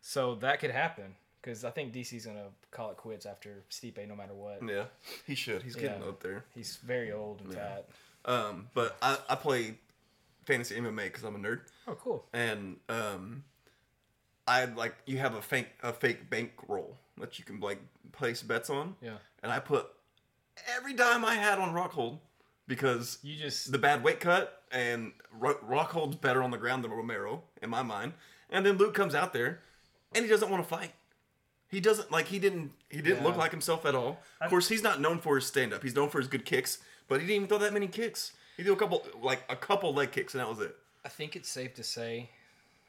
Speaker 1: So that could happen because I think DC's gonna call it quits after Stipe, no matter what.
Speaker 2: Yeah, he should. He's getting
Speaker 1: Yeah.
Speaker 2: up there.
Speaker 1: He's very old and fat.
Speaker 2: Um, but I, I play fantasy MMA because I'm a nerd.
Speaker 1: Oh, cool.
Speaker 2: and um, I like you have a fake a fake bank roll that you can like place bets on.
Speaker 1: Yeah.
Speaker 2: And I put every dime I had on Rockhold because
Speaker 1: You just
Speaker 2: the bad weight cut and Ro- Rockhold's better on the ground than Romero in my mind. And then Luke comes out there and he doesn't want to fight. He doesn't like he didn't he didn't look
Speaker 1: Yeah.
Speaker 2: like himself at all. Of course, he's not known for his stand up. He's known for his good kicks, but he didn't even throw that many kicks. He threw a couple like a couple leg kicks and that was it.
Speaker 1: I think it's safe to say,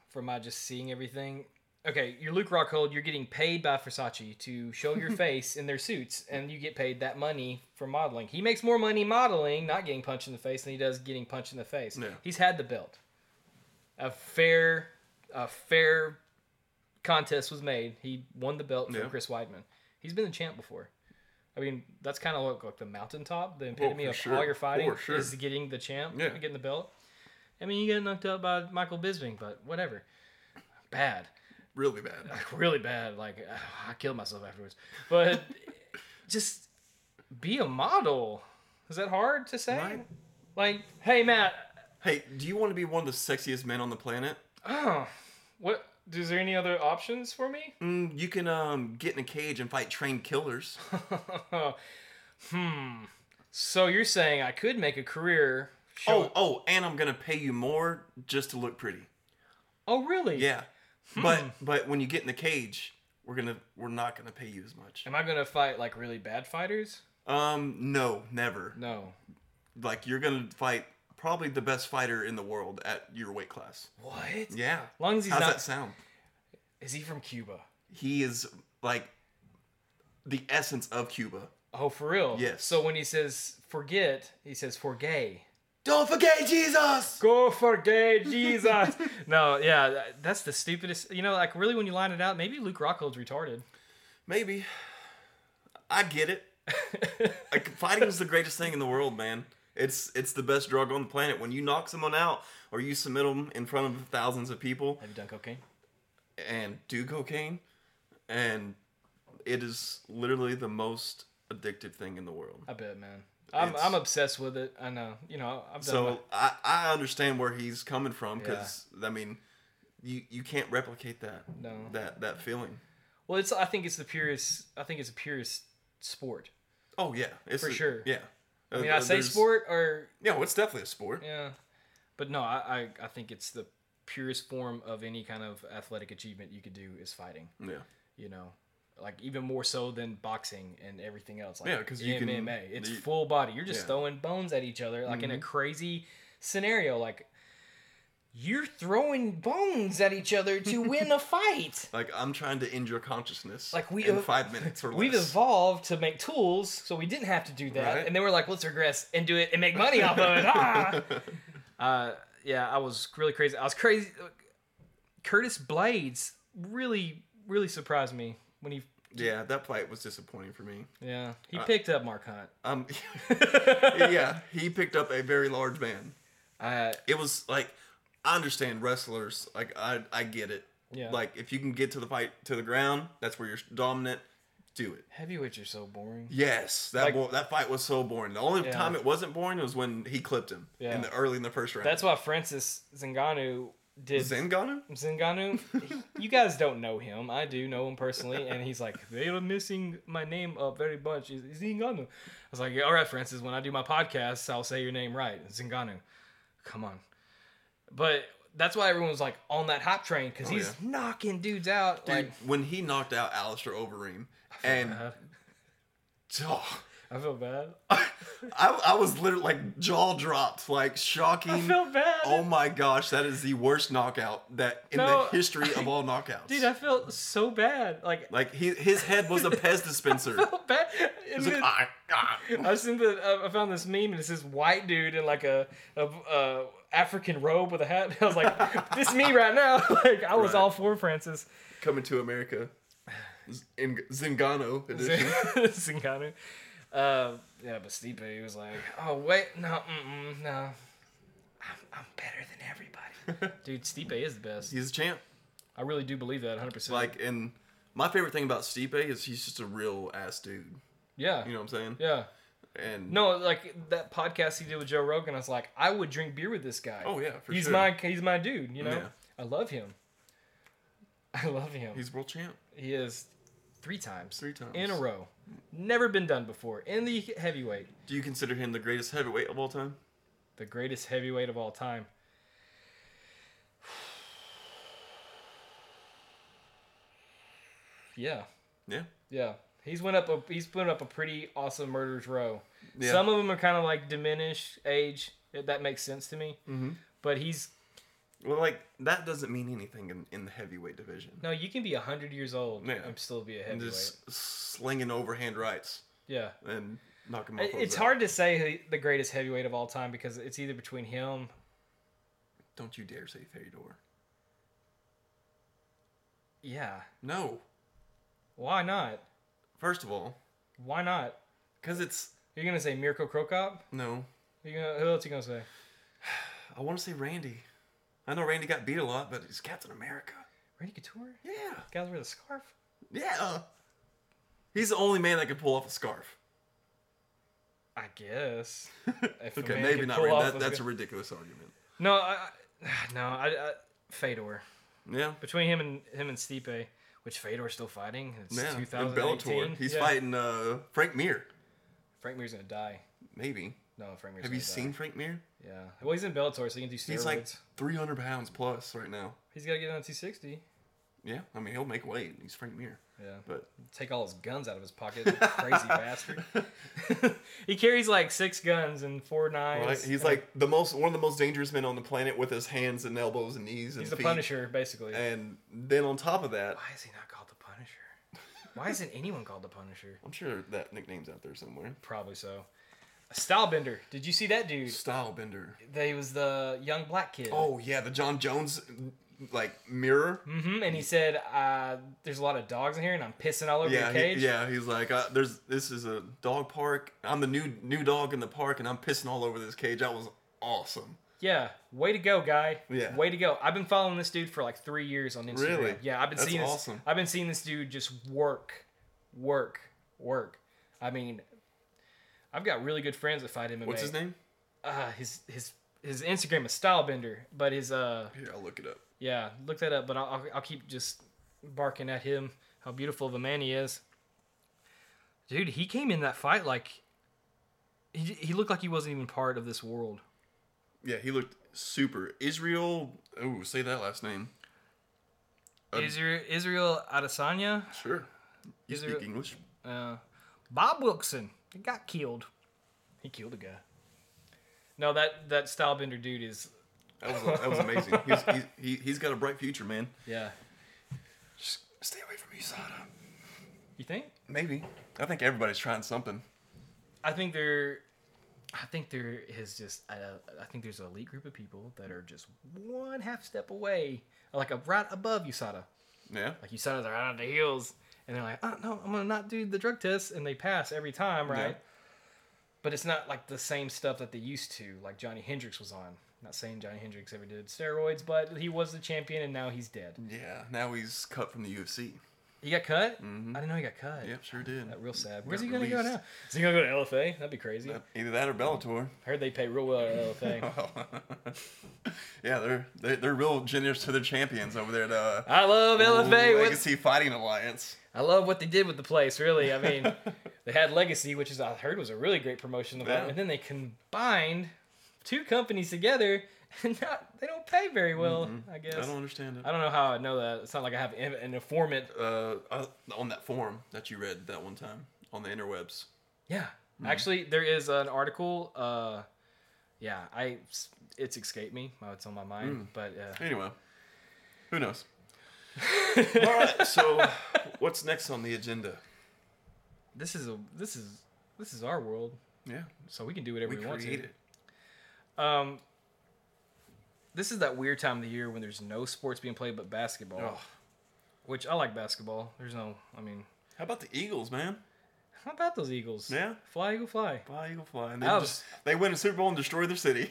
Speaker 1: from my just seeing everything. Okay, you're Luke Rockhold. You're getting paid by Versace to show your face in their suits, and you get paid that money for modeling. He makes more money modeling, not getting punched in the face, than he does getting punched in the face.
Speaker 2: Yeah.
Speaker 1: He's had the belt. A fair, a fair contest was made. He won the belt from
Speaker 2: Yeah.
Speaker 1: Chris Weidman. He's been the champ before. I mean, that's kind of like, like the mountaintop, the epitome
Speaker 2: Oh, for
Speaker 1: of
Speaker 2: sure.
Speaker 1: all your fighting
Speaker 2: For sure.
Speaker 1: is getting the champ,
Speaker 2: Yeah.
Speaker 1: getting the belt. I mean, you got knocked out by Michael Bisping, but whatever. Bad,
Speaker 2: Really bad.
Speaker 1: like really bad. Like I killed myself afterwards. But just be a model. Is that hard to say?
Speaker 2: Right.
Speaker 1: Like, hey Matt,
Speaker 2: Hey, do you want to be one of the sexiest men on the planet?
Speaker 1: oh, what? Is there any other options for me?
Speaker 2: Mm, you can um, get in a cage and fight trained killers.
Speaker 1: hmm. So you're saying I could make a career?
Speaker 2: Oh,
Speaker 1: show-
Speaker 2: oh, and I'm gonna pay you more just to look pretty.
Speaker 1: oh, really?
Speaker 2: Yeah,
Speaker 1: Hmm.
Speaker 2: but but when you get in the cage, we're gonna we're not gonna pay you as much.
Speaker 1: Am I gonna fight like really bad fighters?
Speaker 2: Um, no, never.
Speaker 1: No.
Speaker 2: Like you're gonna fight probably the best fighter in the world at your weight class.
Speaker 1: What?
Speaker 2: Yeah.
Speaker 1: long as he's
Speaker 2: How's
Speaker 1: not.
Speaker 2: that sound?
Speaker 1: Is he from Cuba?
Speaker 2: He is like the essence of Cuba.
Speaker 1: Oh, for real?
Speaker 2: Yes.
Speaker 1: So when he says forget, he says for gay.
Speaker 2: Don't forget Jesus.
Speaker 1: Go for gay, Jesus. no, yeah, that- that's the stupidest. You know, like really, when you line it out, maybe Luke Rockhold's retarded.
Speaker 2: Maybe. I get it. Like, fighting is the greatest thing in the world, man. It's it's the best drug on the planet. When you knock someone out or you submit them in front of thousands of people
Speaker 1: Have you done cocaine?
Speaker 2: and do cocaine, and it is literally the most addictive thing in the world.
Speaker 1: I bet, man. I'm,
Speaker 2: It's-
Speaker 1: I'm obsessed with it. I know. You know, I've done.
Speaker 2: So I, I understand where he's coming from
Speaker 1: Yeah.
Speaker 2: because I mean, you you can't replicate that
Speaker 1: No.
Speaker 2: that that feeling.
Speaker 1: Well, it's I think it's the purest. I think it's the purest sport.
Speaker 2: Oh yeah, it's
Speaker 1: For
Speaker 2: a-
Speaker 1: sure.
Speaker 2: Yeah,
Speaker 1: I
Speaker 2: Uh,
Speaker 1: mean, I say sport or
Speaker 2: Yeah, well, it's definitely a sport.
Speaker 1: yeah, but no, I, I I think it's the purest form of any kind of athletic achievement you could do is fighting.
Speaker 2: Yeah,
Speaker 1: You know, like even more so than boxing and everything else. Like
Speaker 2: Yeah, 'cause you can-
Speaker 1: MMA, it's
Speaker 2: you-
Speaker 1: full body. You're just
Speaker 2: Yeah. Mm-hmm.
Speaker 1: throwing bones at each other, like in a crazy scenario, like. You're throwing bones at each other to win a fight.
Speaker 2: like I'm trying to end your consciousness.
Speaker 1: Like, we
Speaker 2: in
Speaker 1: ev-
Speaker 2: five minutes or less.
Speaker 1: We've evolved to make tools, so we didn't have to do that.
Speaker 2: Right.
Speaker 1: And then we're like, let's regress and do it and make money off of it. Ah! Uh, yeah, I was really crazy. I was crazy. Curtis Blades really, really surprised me when he.
Speaker 2: yeah, that fight was disappointing for me.
Speaker 1: Yeah, he
Speaker 2: Uh,
Speaker 1: picked up Mark Hunt.
Speaker 2: Um, yeah, he picked up a very large man.
Speaker 1: Uh,
Speaker 2: It was like I understand wrestlers. Like I I get it.
Speaker 1: Yeah.
Speaker 2: Like if you can get to the fight to the ground, that's where you're dominant. Do it.
Speaker 1: heavyweights are so boring.
Speaker 2: Yes, that
Speaker 1: Like-
Speaker 2: bo- that fight was so boring. The only
Speaker 1: Yeah.
Speaker 2: time it wasn't boring was when he clipped him
Speaker 1: Yeah.
Speaker 2: in the early in the first round.
Speaker 1: That's why Francis Zinganu did.
Speaker 2: Zengano.
Speaker 1: Zinganu, you guys don't know him. I do know him personally, and he's like, they are missing my name up very much. Is is Zinganu? I was like, all right, Francis. When I do my podcast, I'll say your name right. Zinganu, come on. But that's why everyone's like on that hop train because he's
Speaker 2: Oh, yeah.
Speaker 1: knocking dudes out.
Speaker 2: Dude,
Speaker 1: like,
Speaker 2: when he knocked out Alistair Overeem, and
Speaker 1: I
Speaker 2: oh,
Speaker 1: I feel bad.
Speaker 2: I, I was literally like jaw dropped, like shocking.
Speaker 1: I feel bad.
Speaker 2: Oh my gosh, that is the worst knockout that in
Speaker 1: No,
Speaker 2: the history of all knockouts.
Speaker 1: Dude, I felt so bad. Like,
Speaker 2: like he, his head was a Pez dispenser.
Speaker 1: I felt bad.
Speaker 2: It
Speaker 1: And
Speaker 2: was like,
Speaker 1: then-
Speaker 2: "Ah, ah."
Speaker 1: I seen the I- I found this meme and it's this white dude in like a, a, a African robe with a hat. I was like, this is me right now. Like I was
Speaker 2: Right.
Speaker 1: all for Francis
Speaker 2: Coming to America, Z- in Zingano edition.
Speaker 1: Zingano. Uh, yeah, but Stipe he was like, oh wait, no, mm-mm, no, I'm, I'm better than everybody. dude, Stipe is the best.
Speaker 2: He's a champ.
Speaker 1: I really do believe that 100. percent
Speaker 2: Like, and my favorite thing about Stipe is he's just a real ass dude.
Speaker 1: yeah,
Speaker 2: You know what I'm saying?
Speaker 1: yeah.
Speaker 2: And
Speaker 1: No, like that podcast he did with Joe Rogan. I was like, I would drink beer with this guy.
Speaker 2: Oh, yeah, for
Speaker 1: he's
Speaker 2: sure.
Speaker 1: my he's my dude. You know, I
Speaker 2: Yeah.
Speaker 1: love him. I love him.
Speaker 2: he's world champ.
Speaker 1: he is three times,
Speaker 2: Three times.
Speaker 1: in a row, never been done before in the heavyweight,
Speaker 2: Do you consider him the greatest heavyweight of all time?
Speaker 1: the greatest heavyweight of all time. Yeah,
Speaker 2: Yeah.
Speaker 1: yeah. He's went up a he's put up a pretty awesome murders row.
Speaker 2: Yeah.
Speaker 1: Some of them are kind of like diminished age. That makes sense to me. Mm-hmm. But he's
Speaker 2: Well, like that doesn't mean anything in, in the heavyweight division.
Speaker 1: no. You can be hundred years old
Speaker 2: Yeah.
Speaker 1: and still be a
Speaker 2: And
Speaker 1: heavyweight.
Speaker 2: just slinging overhand rights
Speaker 1: Yeah.
Speaker 2: and knocking him
Speaker 1: It-
Speaker 2: off.
Speaker 1: It's hard to say who the greatest heavyweight of all time because it's either between him.
Speaker 2: Don't you dare say Fedor.
Speaker 1: Yeah.
Speaker 2: No.
Speaker 1: Why not?
Speaker 2: First of all,
Speaker 1: Why not?
Speaker 2: because it's
Speaker 1: You're gonna say Mirko Krokop?
Speaker 2: no.
Speaker 1: You gonna, who else you gonna say?
Speaker 2: I want to say Randy. I know Randy got beat a lot, but he's Captain America.
Speaker 1: Randy Couture?
Speaker 2: Yeah.
Speaker 1: Guys wear the scarf?
Speaker 2: Yeah. He's the only man that can pull off a scarf.
Speaker 1: I guess. If a
Speaker 2: Okay,
Speaker 1: man
Speaker 2: maybe
Speaker 1: can
Speaker 2: not.
Speaker 1: pull
Speaker 2: Randy.
Speaker 1: off
Speaker 2: That, that's a
Speaker 1: scar-
Speaker 2: ridiculous argument.
Speaker 1: No, I, I- no, I, I Fedor.
Speaker 2: Yeah.
Speaker 1: Between him and him and Stipe, which Fedor's still fighting. It's
Speaker 2: Yeah. In
Speaker 1: 2018.
Speaker 2: Bellator, he's
Speaker 1: Yeah.
Speaker 2: fighting uh, Frank Mir.
Speaker 1: Frank Mir's gonna die.
Speaker 2: Maybe.
Speaker 1: No, Frank Mir's
Speaker 2: Have
Speaker 1: gonna
Speaker 2: you
Speaker 1: die.
Speaker 2: seen Frank Mir?
Speaker 1: Yeah. Well, he's in Bellator, so he can do steroids.
Speaker 2: He's like 300 pounds plus right now.
Speaker 1: he's gotta get down to 260.
Speaker 2: Yeah, I mean he'll make weight. He's Frank Mir,
Speaker 1: Yeah.
Speaker 2: but
Speaker 1: take all his guns out of his pocket. Crazy bastard. he carries like six guns and four knives.
Speaker 2: Right? he's
Speaker 1: and
Speaker 2: like the most one of the most dangerous men on the planet with his hands and elbows and knees and
Speaker 1: he's the
Speaker 2: feet.
Speaker 1: Punisher, basically.
Speaker 2: And then on top of that,
Speaker 1: Why is he not called the Punisher? Why isn't anyone called the Punisher?
Speaker 2: I'm sure that nickname's out there somewhere.
Speaker 1: Probably so. Stylebender. Did you see that dude?
Speaker 2: Stylebender.
Speaker 1: That he was the young black kid.
Speaker 2: Oh yeah, the John Jones like mirror.
Speaker 1: hmm And he said, uh, "There's a lot of dogs in here, and I'm pissing all over
Speaker 2: Yeah,
Speaker 1: your cage."
Speaker 2: he, yeah. He's like, uh, there's this is a dog park. I'm the new new dog in the park, and I'm pissing all over this cage. That was awesome.
Speaker 1: Yeah, way to go, guy.
Speaker 2: Yeah.
Speaker 1: way to go. I've been following this dude for like three years on Instagram.
Speaker 2: Really?
Speaker 1: Yeah, I've been
Speaker 2: That's
Speaker 1: seeing this.
Speaker 2: awesome.
Speaker 1: I've been seeing this dude just work, work, work. I mean, I've got really good friends that fight MMA.
Speaker 2: What's his name?
Speaker 1: Uh, his his his Instagram is Stylebender, but his uh
Speaker 2: Here, I'll look it up.
Speaker 1: yeah, look that up. But I'll I'll, I'll keep just barking at him how beautiful of a man he is. Dude, he came in that fight like he he looked like he wasn't even part of this world.
Speaker 2: Yeah, he looked super. Israel. Oh, say that last name. Um,
Speaker 1: Israel Israel Adesanya.
Speaker 2: Sure. You
Speaker 1: Israel-
Speaker 2: speak English.
Speaker 1: Uh, Bob Wilson he got killed. He killed a guy. No, that that Stylebender dude is
Speaker 2: That was, that was amazing. He's, he's, he, he's got a bright future, man.
Speaker 1: yeah.
Speaker 2: Just stay away from USADA.
Speaker 1: You think?
Speaker 2: Maybe. I think everybody's trying something.
Speaker 1: I think there, I think there is just a, I think there's an elite group of people that are just one half step away, like a right above USADA.
Speaker 2: Yeah.
Speaker 1: Like USADA's are out of the hills, and they're like, oh no, I'm gonna not do the drug test, and they pass every time, right? But it's not like the same stuff that they used to, like Johnny Hendrix was on. Not saying Johnny Hendrix ever did steroids, but he was the champion, and now he's dead.
Speaker 2: Yeah. Now he's cut from the UFC.
Speaker 1: He got cut. I didn't know he got cut.
Speaker 2: Yep, sure did.
Speaker 1: That real sad. Where's he gonna go
Speaker 2: released.
Speaker 1: now? Is he gonna go to LFA? That'd be crazy.
Speaker 2: Uh, Either that or Bellator.
Speaker 1: I heard they pay real well at LFA.
Speaker 2: yeah, they're, they're they're real generous to their champions over there at uh,
Speaker 1: I love LFA. What,
Speaker 2: Legacy Fighting Alliance.
Speaker 1: I love what they did with the place. Really, I mean, they had Legacy, which is I heard was a really great promotion,
Speaker 2: Yeah.
Speaker 1: and then they combined two companies together, and not, they don't pay very well. I guess
Speaker 2: I don't understand it.
Speaker 1: know how I know that. It's not like I have in- an informant.
Speaker 2: uh, uh, on that form that you read that one time on the interwebs.
Speaker 1: Yeah,
Speaker 2: Mm.
Speaker 1: actually, there is an article. Uh, yeah, I it's escaped me. Oh, It's on my mind,
Speaker 2: Mm.
Speaker 1: but uh,
Speaker 2: Anyway, who knows? All right. So, what's next on the agenda?
Speaker 1: this is a this is this is our world,
Speaker 2: Yeah,
Speaker 1: so we can do whatever
Speaker 2: we
Speaker 1: we, want to.
Speaker 2: created.
Speaker 1: Um, this is that weird time of the year when there's no sports being played but basketball,
Speaker 2: Oh,
Speaker 1: which I like basketball. There's no, I mean,
Speaker 2: how about the Eagles, man?
Speaker 1: how about those Eagles?
Speaker 2: Yeah.
Speaker 1: fly Eagle fly.
Speaker 2: Fly Eagle fly, and they
Speaker 1: That was-
Speaker 2: just they win a Super Bowl and destroy their city.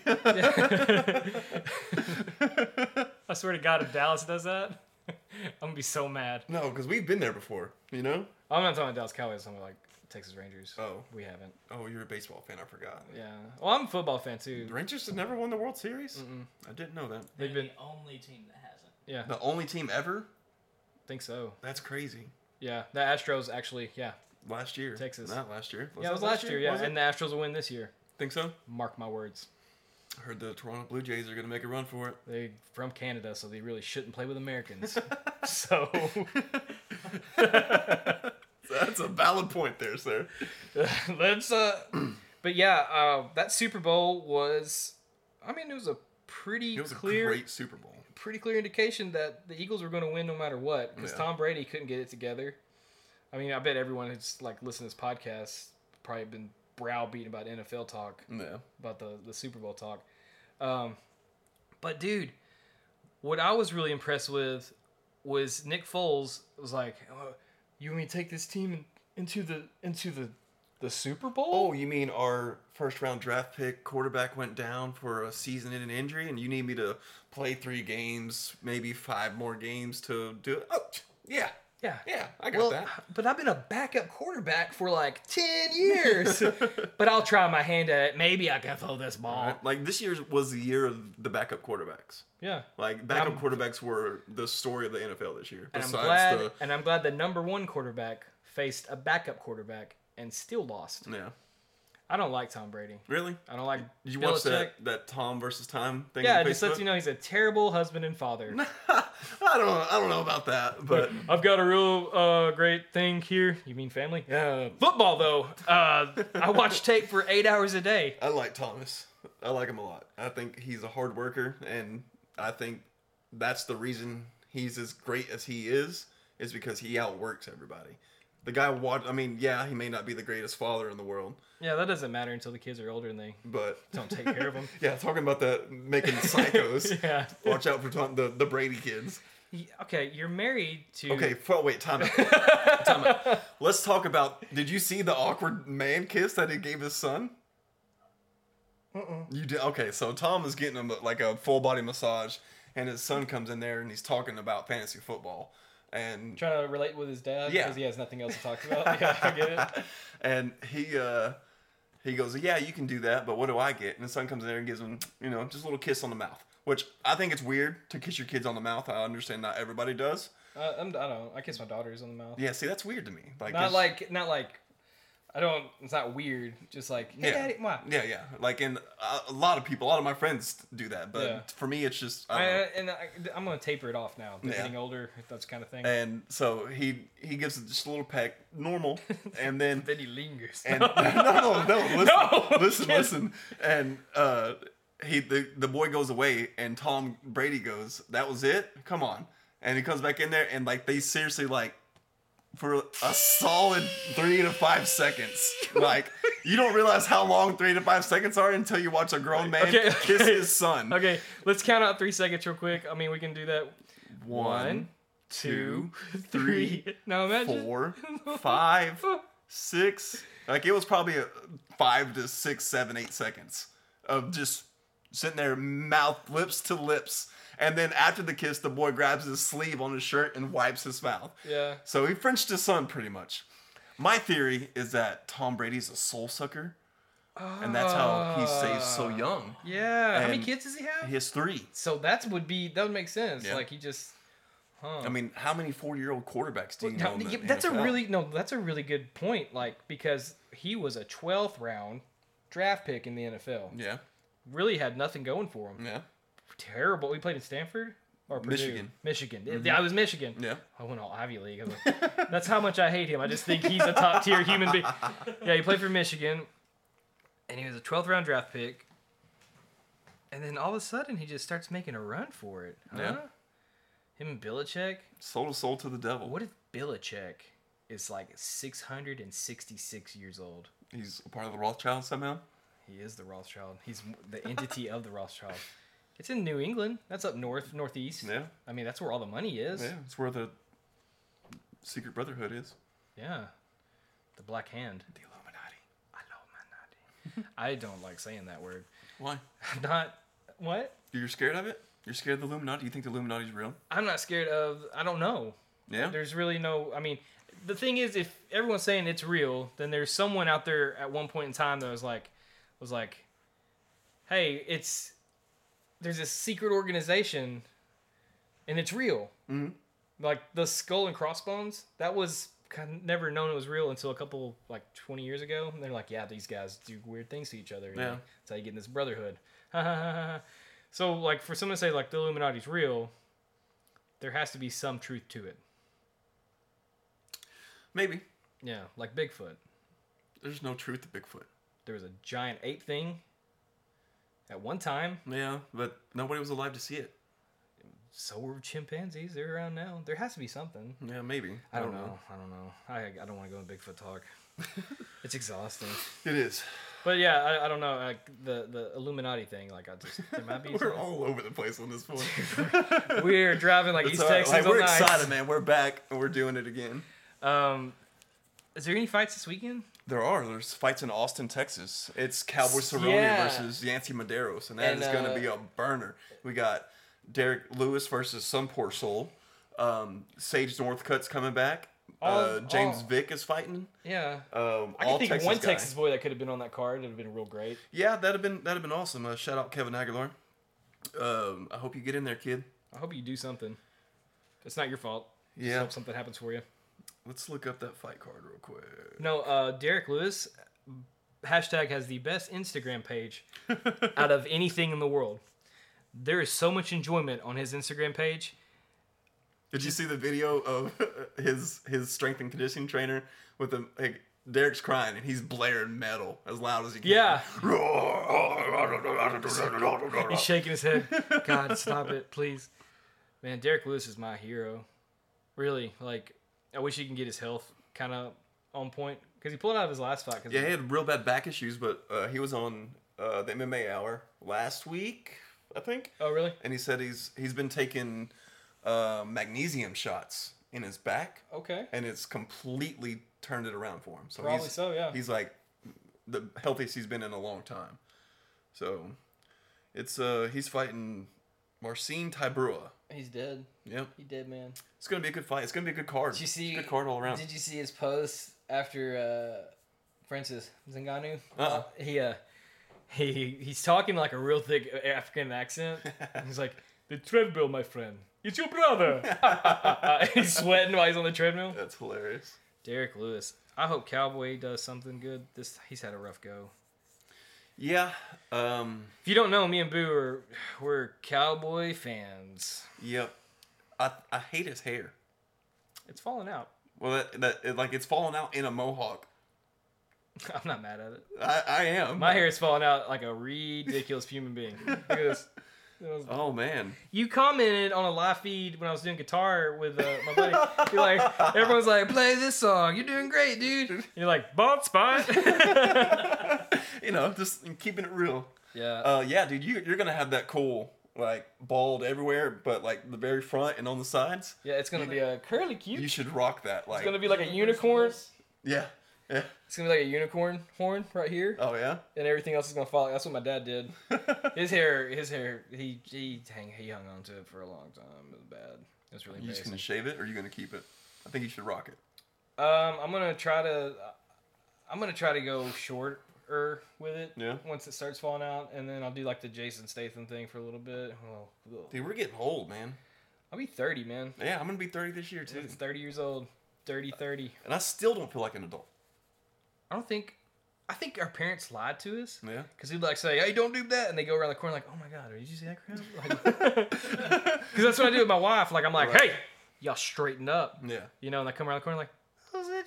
Speaker 1: I swear to God, if Dallas does that, I'm gonna be so mad.
Speaker 2: no, because we've been there before. You know?
Speaker 1: I'm not talking about Dallas Cowboys. I'm talking about, like Texas Rangers.
Speaker 2: Oh,
Speaker 1: We haven't.
Speaker 2: oh, you're a baseball fan. I forgot.
Speaker 1: Yeah. Well, I'm a football fan too.
Speaker 2: The Rangers have never won the World Series. I didn't know that.
Speaker 1: They've been.
Speaker 3: the only team that hasn't.
Speaker 1: Yeah.
Speaker 2: The only team ever.
Speaker 1: Think so.
Speaker 2: That's crazy.
Speaker 1: Yeah. The Astros actually. Yeah.
Speaker 2: Last year,
Speaker 1: Texas.
Speaker 2: Not last year.
Speaker 1: yeah, it was last year. Yeah,
Speaker 2: Was it?
Speaker 1: and the Astros will win this year.
Speaker 2: think so.
Speaker 1: Mark my words.
Speaker 2: I heard the Toronto Blue Jays are gonna make a run for it.
Speaker 1: They from Canada, so they really shouldn't play with Americans. so
Speaker 2: That's a valid point there, sir.
Speaker 1: let's. Uh, but yeah, uh, that Super Bowl was. I mean, it was a pretty
Speaker 2: It was
Speaker 1: clear,
Speaker 2: a great Super Bowl.
Speaker 1: pretty clear indication that the Eagles were going to win no matter what because
Speaker 2: Yeah.
Speaker 1: Tom Brady couldn't get it together. I mean, I bet everyone who's like listened to this podcast probably been browbeaten about NFL talk.
Speaker 2: Yeah.
Speaker 1: about the, the Super Bowl talk. Um, but dude, what I was really impressed with was Nick Foles was like, oh, "You want me to take this team in, into the into the The Super Bowl?
Speaker 2: Oh, you mean our first round draft pick quarterback went down for a season and an injury, and you need me to play three games, maybe five more games to do it? Oh, yeah.
Speaker 1: yeah.
Speaker 2: Yeah, I got
Speaker 1: well,
Speaker 2: that.
Speaker 1: but I've been a backup quarterback for like 10 years. but I'll try my hand at it. Maybe I can throw this ball.
Speaker 2: Right? Like, this year was the year of the backup quarterbacks.
Speaker 1: Yeah.
Speaker 2: Like, backup
Speaker 1: I'm-
Speaker 2: quarterbacks were the story of the NFL this year.
Speaker 1: And I'm
Speaker 2: Besides
Speaker 1: glad and I'm glad the number 1 quarterback faced a backup quarterback and still lost.
Speaker 2: the. Yeah.
Speaker 1: I don't like Tom Brady.
Speaker 2: Really?
Speaker 1: I don't like
Speaker 2: Did you
Speaker 1: Belichick.
Speaker 2: watch that, that Tom versus Time thing?
Speaker 1: Yeah,
Speaker 2: on
Speaker 1: it just lets
Speaker 2: Facebook?
Speaker 1: you know he's a terrible husband and father.
Speaker 2: I don't know. I don't know about that, but
Speaker 1: I've got a real uh, great thing here. You mean family? Uh, football, though. Uh, I watch tape for eight hours a day.
Speaker 2: I like Thomas. I like him a lot. I think he's a hard worker, and I think that's the reason he's as great as he is, is because he outworks everybody. The guy, watch, I mean, yeah, he may not be the greatest father in the world,
Speaker 1: Yeah, that doesn't matter until the kids are older and they
Speaker 2: but
Speaker 1: don't take care of them.
Speaker 2: yeah, talking about that making psychos.
Speaker 1: Yeah.
Speaker 2: Watch out for Tom, the the Brady kids.
Speaker 1: Y- Okay, you're married to.
Speaker 2: Okay, f- wait, time out. time out. Let's talk about. Did you see the awkward man kiss that he gave his son? You did. Okay, so Tom is getting him like a full body massage, and his son comes in there and he's talking about fantasy football, and
Speaker 1: Trying to relate with his dad
Speaker 2: Yeah.
Speaker 1: because he has nothing else to talk about. Yeah, I get it.
Speaker 2: and he uh, he goes, yeah, you can do that, but what do I get? And his son comes in there and gives him, you know, just a little kiss on the mouth, which I think it's weird to kiss your kids on the mouth. I understand not everybody does.
Speaker 1: Uh, I'm, I don't know. I kiss my daughters on the mouth.
Speaker 2: Yeah, see, that's weird to me. Like,
Speaker 1: Not
Speaker 2: it's-
Speaker 1: like, not like. I don't. It's not weird. Just like, hey,
Speaker 2: yeah.
Speaker 1: daddy, why?
Speaker 2: Yeah, yeah. Like, and uh, a lot of people, a lot of my friends do that, but
Speaker 1: Yeah.
Speaker 2: for me, it's just. I
Speaker 1: I, uh,
Speaker 2: don't know.
Speaker 1: and I, I'm gonna taper it off now. They're
Speaker 2: Yeah.
Speaker 1: Getting older, those kind of things.
Speaker 2: And so he he gives it just a little peck, normal, and then
Speaker 1: then he lingers.
Speaker 2: and no no no listen
Speaker 1: No!
Speaker 2: listen listen and uh he the the boy goes away and Tom Brady goes that was it come on and he comes back in there and like they seriously like for a solid three to five seconds like you don't realize how long three to five seconds are until you watch a grown man
Speaker 1: Okay,
Speaker 2: kiss
Speaker 1: okay.
Speaker 2: his son
Speaker 1: Okay, let's count out three seconds real quick. I mean, we can do that.
Speaker 2: One,
Speaker 1: two,
Speaker 2: three,
Speaker 1: Now imagine.
Speaker 2: four, five, six. Like it was probably a five to six, seven, eight seconds of just sitting there, mouth lips to lips. And then after the kiss, the boy grabs his sleeve on his shirt and wipes his mouth.
Speaker 1: Yeah.
Speaker 2: So he Frenched his son pretty much. My theory is that Tom Brady's a soul sucker, and that's how he stays so
Speaker 1: Ah.
Speaker 2: young.
Speaker 1: Yeah. How many
Speaker 2: And
Speaker 1: kids does he have?
Speaker 2: He has three.
Speaker 1: so that would be that would make sense.
Speaker 2: Yeah.
Speaker 1: Like he just.
Speaker 2: I mean, how many four-year-old quarterbacks do you know?
Speaker 1: No,
Speaker 2: in the
Speaker 1: yeah, that's a
Speaker 2: NFL?
Speaker 1: really no. That's a really good point. Like because he was a 12th round draft pick in the NFL.
Speaker 2: yeah,
Speaker 1: Really had nothing going for him.
Speaker 2: yeah.
Speaker 1: Terrible. He played in Stanford or Purdue?
Speaker 2: Michigan. Mm-hmm.
Speaker 1: Michigan. Yeah, I was Michigan.
Speaker 2: Yeah.
Speaker 1: I went all Ivy League. I was like, That's how much I hate him. I just think he's a top tier human being. Yeah, he played for Michigan, and he was a 12th round draft pick. And then all of a sudden, he just starts making a run for it. Huh?
Speaker 2: Yeah.
Speaker 1: Him and Billichek.
Speaker 2: Sold a soul to the devil.
Speaker 1: What if Billichek is like 666 years old?
Speaker 2: He's a part of the Rothschild somehow.
Speaker 1: He is the Rothschild. He's the entity of the Rothschild. It's in New England. That's up north, northeast.
Speaker 2: Yeah,
Speaker 1: I mean, that's where all the money is.
Speaker 2: yeah. It's where the secret brotherhood is.
Speaker 1: yeah. The Black Hand.
Speaker 2: The Illuminati.
Speaker 1: Illuminati. I don't like saying that word.
Speaker 2: Why?
Speaker 1: I'm not. What?
Speaker 2: You're scared of it? You're scared of the Illuminati? You think the Illuminati's real?
Speaker 1: I'm not scared of. I don't know.
Speaker 2: Yeah.
Speaker 1: There's really no. I mean, the thing is, if everyone's saying it's real, then there's someone out there at one point in time that was like, was like, hey, it's there's this secret organization, and it's real. Mm-hmm. Like the Skull and Crossbones, that was kind of never known it was real until a couple like 20 years ago. And they're like, yeah, these guys do weird things to each other. you
Speaker 2: Yeah.
Speaker 1: know? That's how you get in this brotherhood. so like for someone to say like the Illuminati's real, there has to be some truth to it.
Speaker 2: Maybe.
Speaker 1: Yeah, like Bigfoot.
Speaker 2: There's no truth to Bigfoot.
Speaker 1: There was a giant ape thing at one time.
Speaker 2: Yeah, but nobody was alive to see it.
Speaker 1: So were chimpanzees. They're around now. There has to be something.
Speaker 2: Yeah, maybe.
Speaker 1: I don't know. I don't know. I, I don't want to go in Bigfoot talk. it's exhausting.
Speaker 2: It is.
Speaker 1: But yeah, I, I don't know. Like the, the Illuminati thing, like I just there might be.
Speaker 2: We're
Speaker 1: some-
Speaker 2: all over the place on this one.
Speaker 1: we're driving like
Speaker 2: It's
Speaker 1: East
Speaker 2: all right.
Speaker 1: Texas
Speaker 2: Like,
Speaker 1: on
Speaker 2: we're
Speaker 1: the ice.
Speaker 2: excited, man. We're back and we're doing it again.
Speaker 1: Um, is there any fights this weekend?
Speaker 2: There are. There's fights in Austin, Texas. It's Cowboy Cerrone
Speaker 1: Yeah.
Speaker 2: versus Yancy Medeiros, and that
Speaker 1: And,
Speaker 2: is
Speaker 1: uh,
Speaker 2: going to be a burner. We got Derek Lewis versus some poor soul. Um, Sage Northcutt's coming back. uh,
Speaker 1: All-
Speaker 2: James
Speaker 1: all-
Speaker 2: Vick is fighting.
Speaker 1: Yeah.
Speaker 2: Um,
Speaker 1: I can
Speaker 2: all
Speaker 1: think of
Speaker 2: Texas
Speaker 1: one
Speaker 2: guy.
Speaker 1: Texas boy that could have been on that card. It would have been real great.
Speaker 2: Yeah, that'd have been that'd have been awesome. Uh, shout out Kevin Aguilar. Um, I hope you get in there, kid.
Speaker 1: I hope you do something. It's not your fault. Just
Speaker 2: Yeah.
Speaker 1: hope something happens for you.
Speaker 2: Let's look up that fight card real quick.
Speaker 1: No, uh, Derek Lewis, hashtag has the best Instagram page out of anything in the world. There is so much enjoyment on his Instagram page.
Speaker 2: Did you see the video of his his strength and conditioning trainer with him? Like, Derek's crying and he's blaring metal as loud as he can.
Speaker 1: Yeah. He's
Speaker 2: Roar.
Speaker 1: shaking his head. God, stop it, please. Man, Derek Lewis is my hero. Really, like, I wish he can get his health kind of on point because he pulled out of his last fight. 'cause
Speaker 2: Yeah, he had real bad back issues, but uh, he was on uh, the MMA Hour last week, I think,
Speaker 1: Oh, really?
Speaker 2: and he said he's he's been taking uh, magnesium shots in his back,
Speaker 1: Okay.
Speaker 2: and it's completely turned it around for him. So
Speaker 1: Probably
Speaker 2: he's,
Speaker 1: so, yeah.
Speaker 2: He's like the healthiest he's been in a long time. So it's uh he's fighting Marcin Tybrua.
Speaker 3: He's dead.
Speaker 2: Yep.
Speaker 3: He dead man.
Speaker 2: It's gonna be a good fight. It's gonna be a good card.
Speaker 3: Did you see?
Speaker 2: It's a good card all around.
Speaker 3: Did you see his post after uh, Francis Ngannou?
Speaker 2: Uh-uh.
Speaker 1: He uh, he he's talking like a real thick African accent. he's like the treadmill, my friend. It's your brother. he's sweating while he's on the treadmill.
Speaker 2: Uh-uh. That's hilarious.
Speaker 1: Derek Lewis. I hope Cowboy does something good. This he's had a rough go.
Speaker 2: Yeah. Um
Speaker 1: If you don't know, me and Boo are we're Cowboy fans.
Speaker 2: yep. I I hate his hair.
Speaker 1: It's falling out.
Speaker 2: Well that, that it, like it's falling out in a mohawk.
Speaker 1: I'm not mad at it.
Speaker 2: I, I am.
Speaker 1: My hair is falling out like a ridiculous human being. Look at this. It was-
Speaker 2: Oh man.
Speaker 1: You commented on a live feed when I was doing guitar with uh, my buddy. You're like, everyone's like, play this song. You're doing great, dude. And you're like, bald spot.
Speaker 2: You know, just keeping it real.
Speaker 1: yeah.
Speaker 2: Uh, yeah, dude, you, you're gonna have that cool like bald everywhere, but like the very front and on the sides.
Speaker 1: yeah, it's going to be a curly
Speaker 2: You
Speaker 1: cute.
Speaker 2: should rock that. Like,
Speaker 1: It's going to be like a unicorn.
Speaker 2: yeah, yeah.
Speaker 1: It's going to be like a unicorn horn right here.
Speaker 2: Oh yeah.
Speaker 1: And everything else is going to fall. That's what my dad did. His hair, his hair, he he, hang, he hung on to it for a long time. It was bad. It was really
Speaker 2: you just
Speaker 1: embarrassing.
Speaker 2: gonna shave it, or you gonna keep it? I think you should rock it.
Speaker 1: Um, I'm gonna try to, uh, I'm gonna try to go shorter with it.
Speaker 2: Yeah.
Speaker 1: Once it starts falling out, and then I'll do like the Jason Statham thing for a little bit. Well, well,
Speaker 2: Dude, we're getting old, man.
Speaker 1: I'll be 30, man.
Speaker 2: Yeah, I'm gonna be 30 this year too,
Speaker 1: It's 30 years old. 30, 30.
Speaker 2: and I still don't feel like an adult.
Speaker 1: I don't think, I think our parents lied to us.
Speaker 2: Yeah.
Speaker 1: Cause we'd like say, "Hey, don't do that," and they go around the corner like, "Oh my God, did you see that crap?" Like, Cause that's what I do with my wife. Like I'm like,
Speaker 2: Right.
Speaker 1: "Hey, y'all straighten up,"
Speaker 2: Yeah.
Speaker 1: you know, and I come around the corner like, "What was it?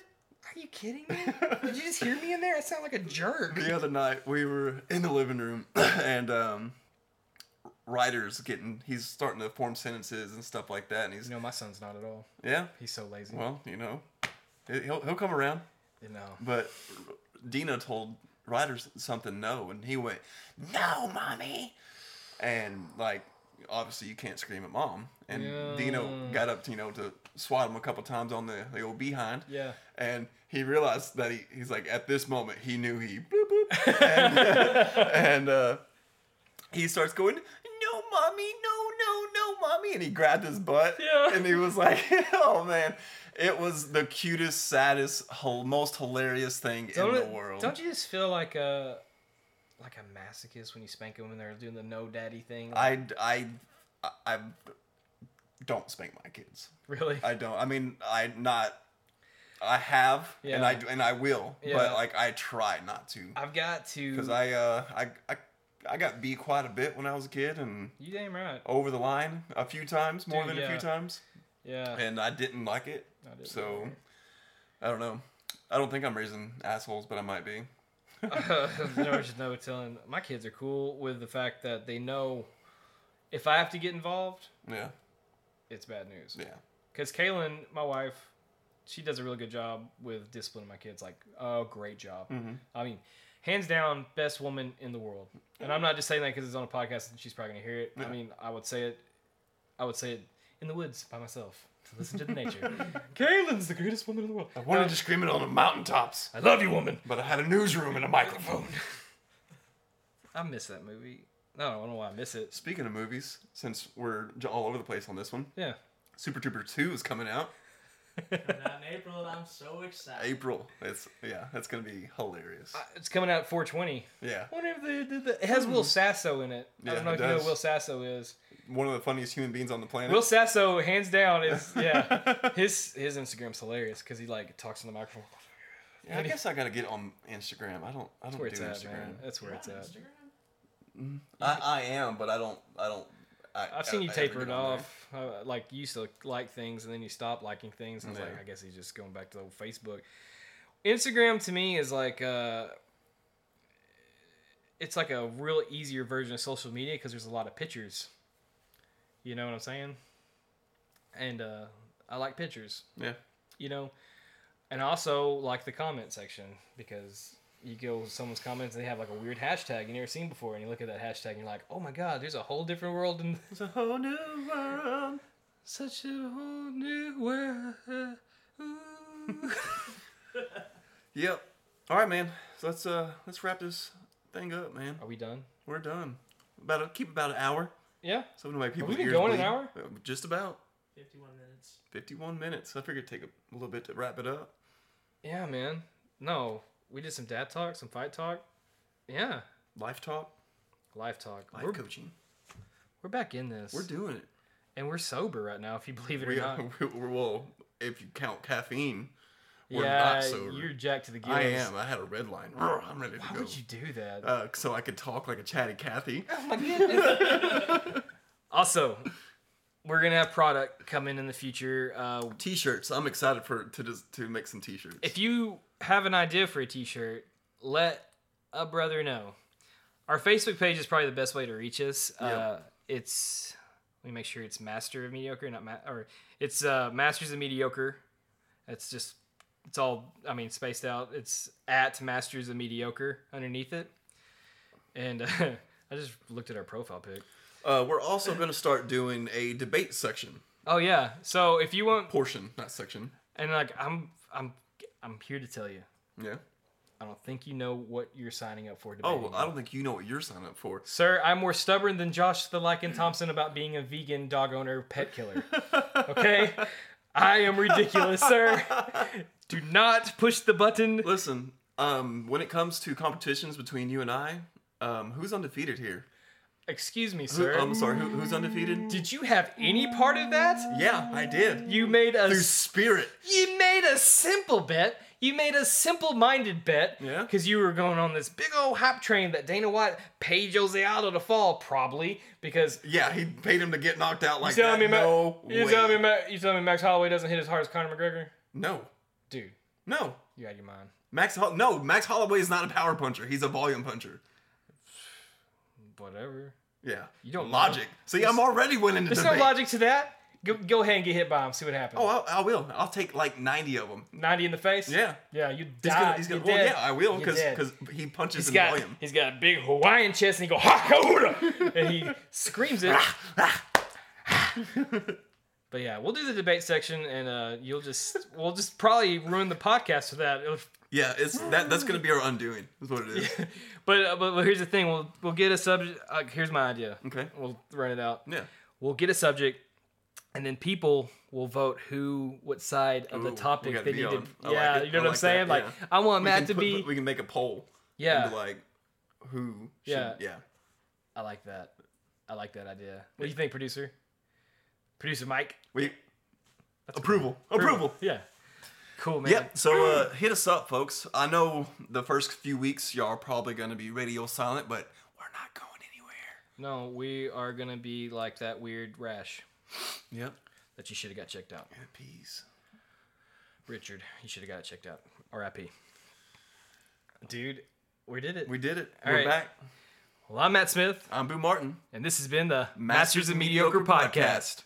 Speaker 1: Are you kidding me? Did you just hear me in there? I sound like a jerk."
Speaker 2: The other night we were in the living room, and um, Ryder's getting he's starting to form sentences and stuff like that, and he's
Speaker 1: You know, my son's not at all.
Speaker 2: yeah.
Speaker 1: He's so lazy.
Speaker 2: Well, you know, he'll he'll come around.
Speaker 1: you know.
Speaker 2: But Dina told Ryder something no, and he went, "No, mommy," and like obviously you can't scream at mom. And Dino
Speaker 1: Yeah.
Speaker 2: got up, to, you know, to swat him a couple times on the, the old behind.
Speaker 1: Yeah.
Speaker 2: And he realized that he, he's like at this moment he knew he boop boop, and, and uh, he starts going. No, mommy, no, no, no, mommy, and he grabbed his butt,
Speaker 1: Yeah.
Speaker 2: and he was like, "Oh man, it was the cutest, saddest, hol- most hilarious thing in the
Speaker 1: it-
Speaker 2: world."
Speaker 1: don't you just feel like a like a masochist when you spank them and they're doing the no daddy thing?
Speaker 2: I, I, I, I don't spank my kids.
Speaker 1: really?
Speaker 2: I don't. I mean, I not. I have, and I
Speaker 1: Yeah.
Speaker 2: do- and I will,
Speaker 1: Yeah.
Speaker 2: but like I try not to.
Speaker 1: I've got to.
Speaker 2: because I, uh, I, I, I got beat quite a bit when I was a kid and
Speaker 1: you damn right.
Speaker 2: over the line a few times, more
Speaker 1: Dude,
Speaker 2: than a
Speaker 1: yeah.
Speaker 2: few times,
Speaker 1: Yeah.
Speaker 2: and I didn't like it.
Speaker 1: I didn't
Speaker 2: so, I don't know. I don't think I'm raising assholes, but I might be.
Speaker 1: There's no telling. My kids are cool with the fact that they know if I have to get involved,
Speaker 2: Yeah,
Speaker 1: it's bad news.
Speaker 2: yeah,
Speaker 1: Because Kaylin, my wife, she does a really good job with disciplining my kids. Like, oh, great job.
Speaker 2: Mm-hmm.
Speaker 1: I mean, hands down, best woman in the world. And I'm not just saying that because it's on a podcast and she's probably going to hear it. I
Speaker 2: Yeah.
Speaker 1: mean, I would say it. I would say it in the woods by myself. to listen to the nature. Kaylin's the greatest woman in the world.
Speaker 2: I wanted to scream it on the mountaintops,
Speaker 1: I love you, woman.
Speaker 2: but I had a newsroom and a microphone.
Speaker 1: I miss that movie. No, I don't know why I miss it.
Speaker 2: Speaking of movies, since we're j- all over the place on this one,
Speaker 1: Yeah.
Speaker 2: Super Trooper 2 is coming out
Speaker 4: Coming out in April, and I'm so excited.
Speaker 2: April. It's yeah, that's gonna be hilarious.
Speaker 1: Uh, It's coming out at 420.
Speaker 2: yeah,
Speaker 1: I wonder if they did that. It has Will Sasso in it. I
Speaker 2: Mm. Yeah,
Speaker 1: don't know
Speaker 2: it
Speaker 1: if you know
Speaker 2: does.
Speaker 1: who Will Sasso is.
Speaker 2: one of the funniest human beings on the planet.
Speaker 1: Will Sasso, hands down, is yeah. His his Instagram's hilarious because he like talks in the microphone.
Speaker 2: yeah, I guess I gotta get on Instagram. I don't. I
Speaker 1: That's
Speaker 2: don't
Speaker 1: where
Speaker 2: do
Speaker 1: it's at,
Speaker 2: Instagram.
Speaker 1: man. That's where
Speaker 4: You're
Speaker 1: it's
Speaker 4: on
Speaker 1: at.
Speaker 4: Instagram?
Speaker 2: I, I am, but I don't. I don't. I,
Speaker 1: I've seen
Speaker 2: I-
Speaker 1: you
Speaker 2: I
Speaker 1: taper
Speaker 2: ever
Speaker 1: it
Speaker 2: get on there.
Speaker 1: off. Uh, like you used to like things and then you stop liking things. And I was
Speaker 2: Yeah.
Speaker 1: like, I guess he's just going back to the old Facebook. Instagram to me is like uh, it's like a real easier version of social media because there's a lot of pictures. You know what I'm saying? And uh, I like pictures.
Speaker 2: Yeah.
Speaker 1: you know, and also like the comment section because you go to someone's comments and they have like a weird hashtag you never seen before, and you look at that hashtag and you're like, oh my god, there's a whole different world and
Speaker 2: It's a whole new world.
Speaker 1: such a whole new world. Ooh.
Speaker 2: Yep. All right, man. So let's uh let's wrap this thing up, man.
Speaker 1: Are we done?
Speaker 2: We're done. About a, keep about an hour.
Speaker 1: Yeah,
Speaker 2: So to make people.
Speaker 1: been going an hour?
Speaker 2: Uh, Just about
Speaker 4: 51 minutes.
Speaker 2: fifty-one minutes. I figured it'd take a little bit to wrap it up.
Speaker 1: yeah, man. No, we did some dad talk, some fight talk. Yeah,
Speaker 2: Life talk,
Speaker 1: life talk.
Speaker 2: life
Speaker 1: we're,
Speaker 2: coaching.
Speaker 1: we're back in this,
Speaker 2: We're doing it.
Speaker 1: and we're sober right now, if you believe it or
Speaker 2: We
Speaker 1: not.
Speaker 2: are. We're, well, if you count caffeine, we're
Speaker 1: yeah,
Speaker 2: not sober.
Speaker 1: you're jacked to the gills.
Speaker 2: I am. I had a red line. Roar, I'm ready to
Speaker 1: Why
Speaker 2: go.
Speaker 1: would you do that?
Speaker 2: Uh, so I could talk like a chatty Cathy.
Speaker 1: Also, we're gonna have product coming in the future. Uh,
Speaker 2: T-shirts. I'm excited for to just to make some T-shirts.
Speaker 1: if you have an idea for a T-shirt, let a brother know. Our Facebook page is probably the best way to reach us. Uh, it's let me make sure it's Master of Mediocre, not ma- or it's uh, Masters of Mediocre. It's just it's all I mean spaced out. It's at Masters of Mediocre underneath it, and uh, I just looked at our profile pic.
Speaker 2: Uh, we're also going to start doing a debate section
Speaker 1: Oh yeah, so if you want
Speaker 2: portion, not section.
Speaker 1: And like I'm I'm I'm here to tell you,
Speaker 2: Yeah.
Speaker 1: I don't think you know what you're signing up for today.
Speaker 2: Oh, well, I don't think you know what you're signing up for.
Speaker 1: Sir, I'm more stubborn than Josh the Lycan Thompson about being a vegan dog owner pet killer. Okay? I am ridiculous, sir. Do not push the button.
Speaker 2: Listen, um, when it comes to competitions between you and I, um, who's undefeated here?
Speaker 1: Excuse me,
Speaker 2: Who,
Speaker 1: sir.
Speaker 2: I'm sorry, who, who's undefeated?
Speaker 1: Did you have any part of that?
Speaker 2: Yeah, I did.
Speaker 1: You made a
Speaker 2: Through spirit.
Speaker 1: you made a simple bet. You made a simple-minded bet
Speaker 2: Yeah.
Speaker 1: because you were going on this big old hype train that Dana White paid Jose Aldo to fall, probably because
Speaker 2: Yeah, he paid him to get knocked out like
Speaker 1: You telling
Speaker 2: that.
Speaker 1: me, Ma-
Speaker 2: no
Speaker 1: you
Speaker 2: way.
Speaker 1: telling me, Ma- you telling me Max Holloway doesn't hit as hard as Conor McGregor?
Speaker 2: no,
Speaker 1: Dude,
Speaker 2: no.
Speaker 1: you out of your mind.
Speaker 2: Max, Hol- no, Max Holloway is not a power puncher. He's a volume puncher.
Speaker 1: Whatever.
Speaker 2: Yeah.
Speaker 1: You don't know.
Speaker 2: logic. See, I'm already winning the
Speaker 1: There's
Speaker 2: debate.
Speaker 1: no logic to that. Go, go ahead and get hit by him. See what happens.
Speaker 2: Oh, I, I will. I'll take like 90 of them.
Speaker 1: Ninety in the face.
Speaker 2: Yeah.
Speaker 1: Yeah, you
Speaker 2: He's
Speaker 1: die.
Speaker 2: gonna, he's gonna, well, yeah, I will because
Speaker 1: because
Speaker 2: he punches
Speaker 1: he's
Speaker 2: in
Speaker 1: got
Speaker 2: volume.
Speaker 1: he's got a big Hawaiian chest and he go ha ha and he screams it.
Speaker 2: Ah,
Speaker 1: But yeah, we'll do the debate section, and uh, you'll just we'll just probably ruin the podcast with that. It'll-
Speaker 2: Yeah, it's that. That's gonna be our undoing. Is what it is.
Speaker 1: But, uh, but but here's the thing: we'll we'll get a subject. Uh, here's my idea.
Speaker 2: Okay.
Speaker 1: We'll run it out.
Speaker 2: Yeah.
Speaker 1: We'll get a subject, and then people will vote who, what side of
Speaker 2: Ooh,
Speaker 1: the
Speaker 2: we
Speaker 1: topic
Speaker 2: gotta
Speaker 1: they
Speaker 2: be
Speaker 1: need to.
Speaker 2: on. I like
Speaker 1: Yeah,
Speaker 2: it.
Speaker 1: you
Speaker 2: I
Speaker 1: know what I'm
Speaker 2: like that,
Speaker 1: saying? Like,
Speaker 2: yeah.
Speaker 1: I want
Speaker 2: We can
Speaker 1: Matt to
Speaker 2: put-
Speaker 1: be.
Speaker 2: We can make a poll.
Speaker 1: Yeah.
Speaker 2: And be like, who? Should, yeah.
Speaker 1: Yeah.
Speaker 2: Yeah.
Speaker 1: I like that. I like that idea. What do you think, producer? Producer Mike.
Speaker 2: We. Approval. Approval.
Speaker 1: Yeah. Cool man.
Speaker 2: Yep. So uh, hit us up, folks. I know the first few weeks y'all are probably gonna be radio silent, but we're not going anywhere.
Speaker 1: No, we are gonna be like that weird rash
Speaker 2: Yep.
Speaker 1: that you should have got checked out.
Speaker 2: Good peas.
Speaker 1: Richard, you should have got it checked out. R.I.P. Dude, we did it.
Speaker 2: We did it.
Speaker 1: All
Speaker 2: we're
Speaker 1: right.
Speaker 2: back.
Speaker 1: Well, I'm Matt Smith,
Speaker 2: I'm Boo Martin.
Speaker 1: and this has been the
Speaker 2: Masters of Mediocre podcast.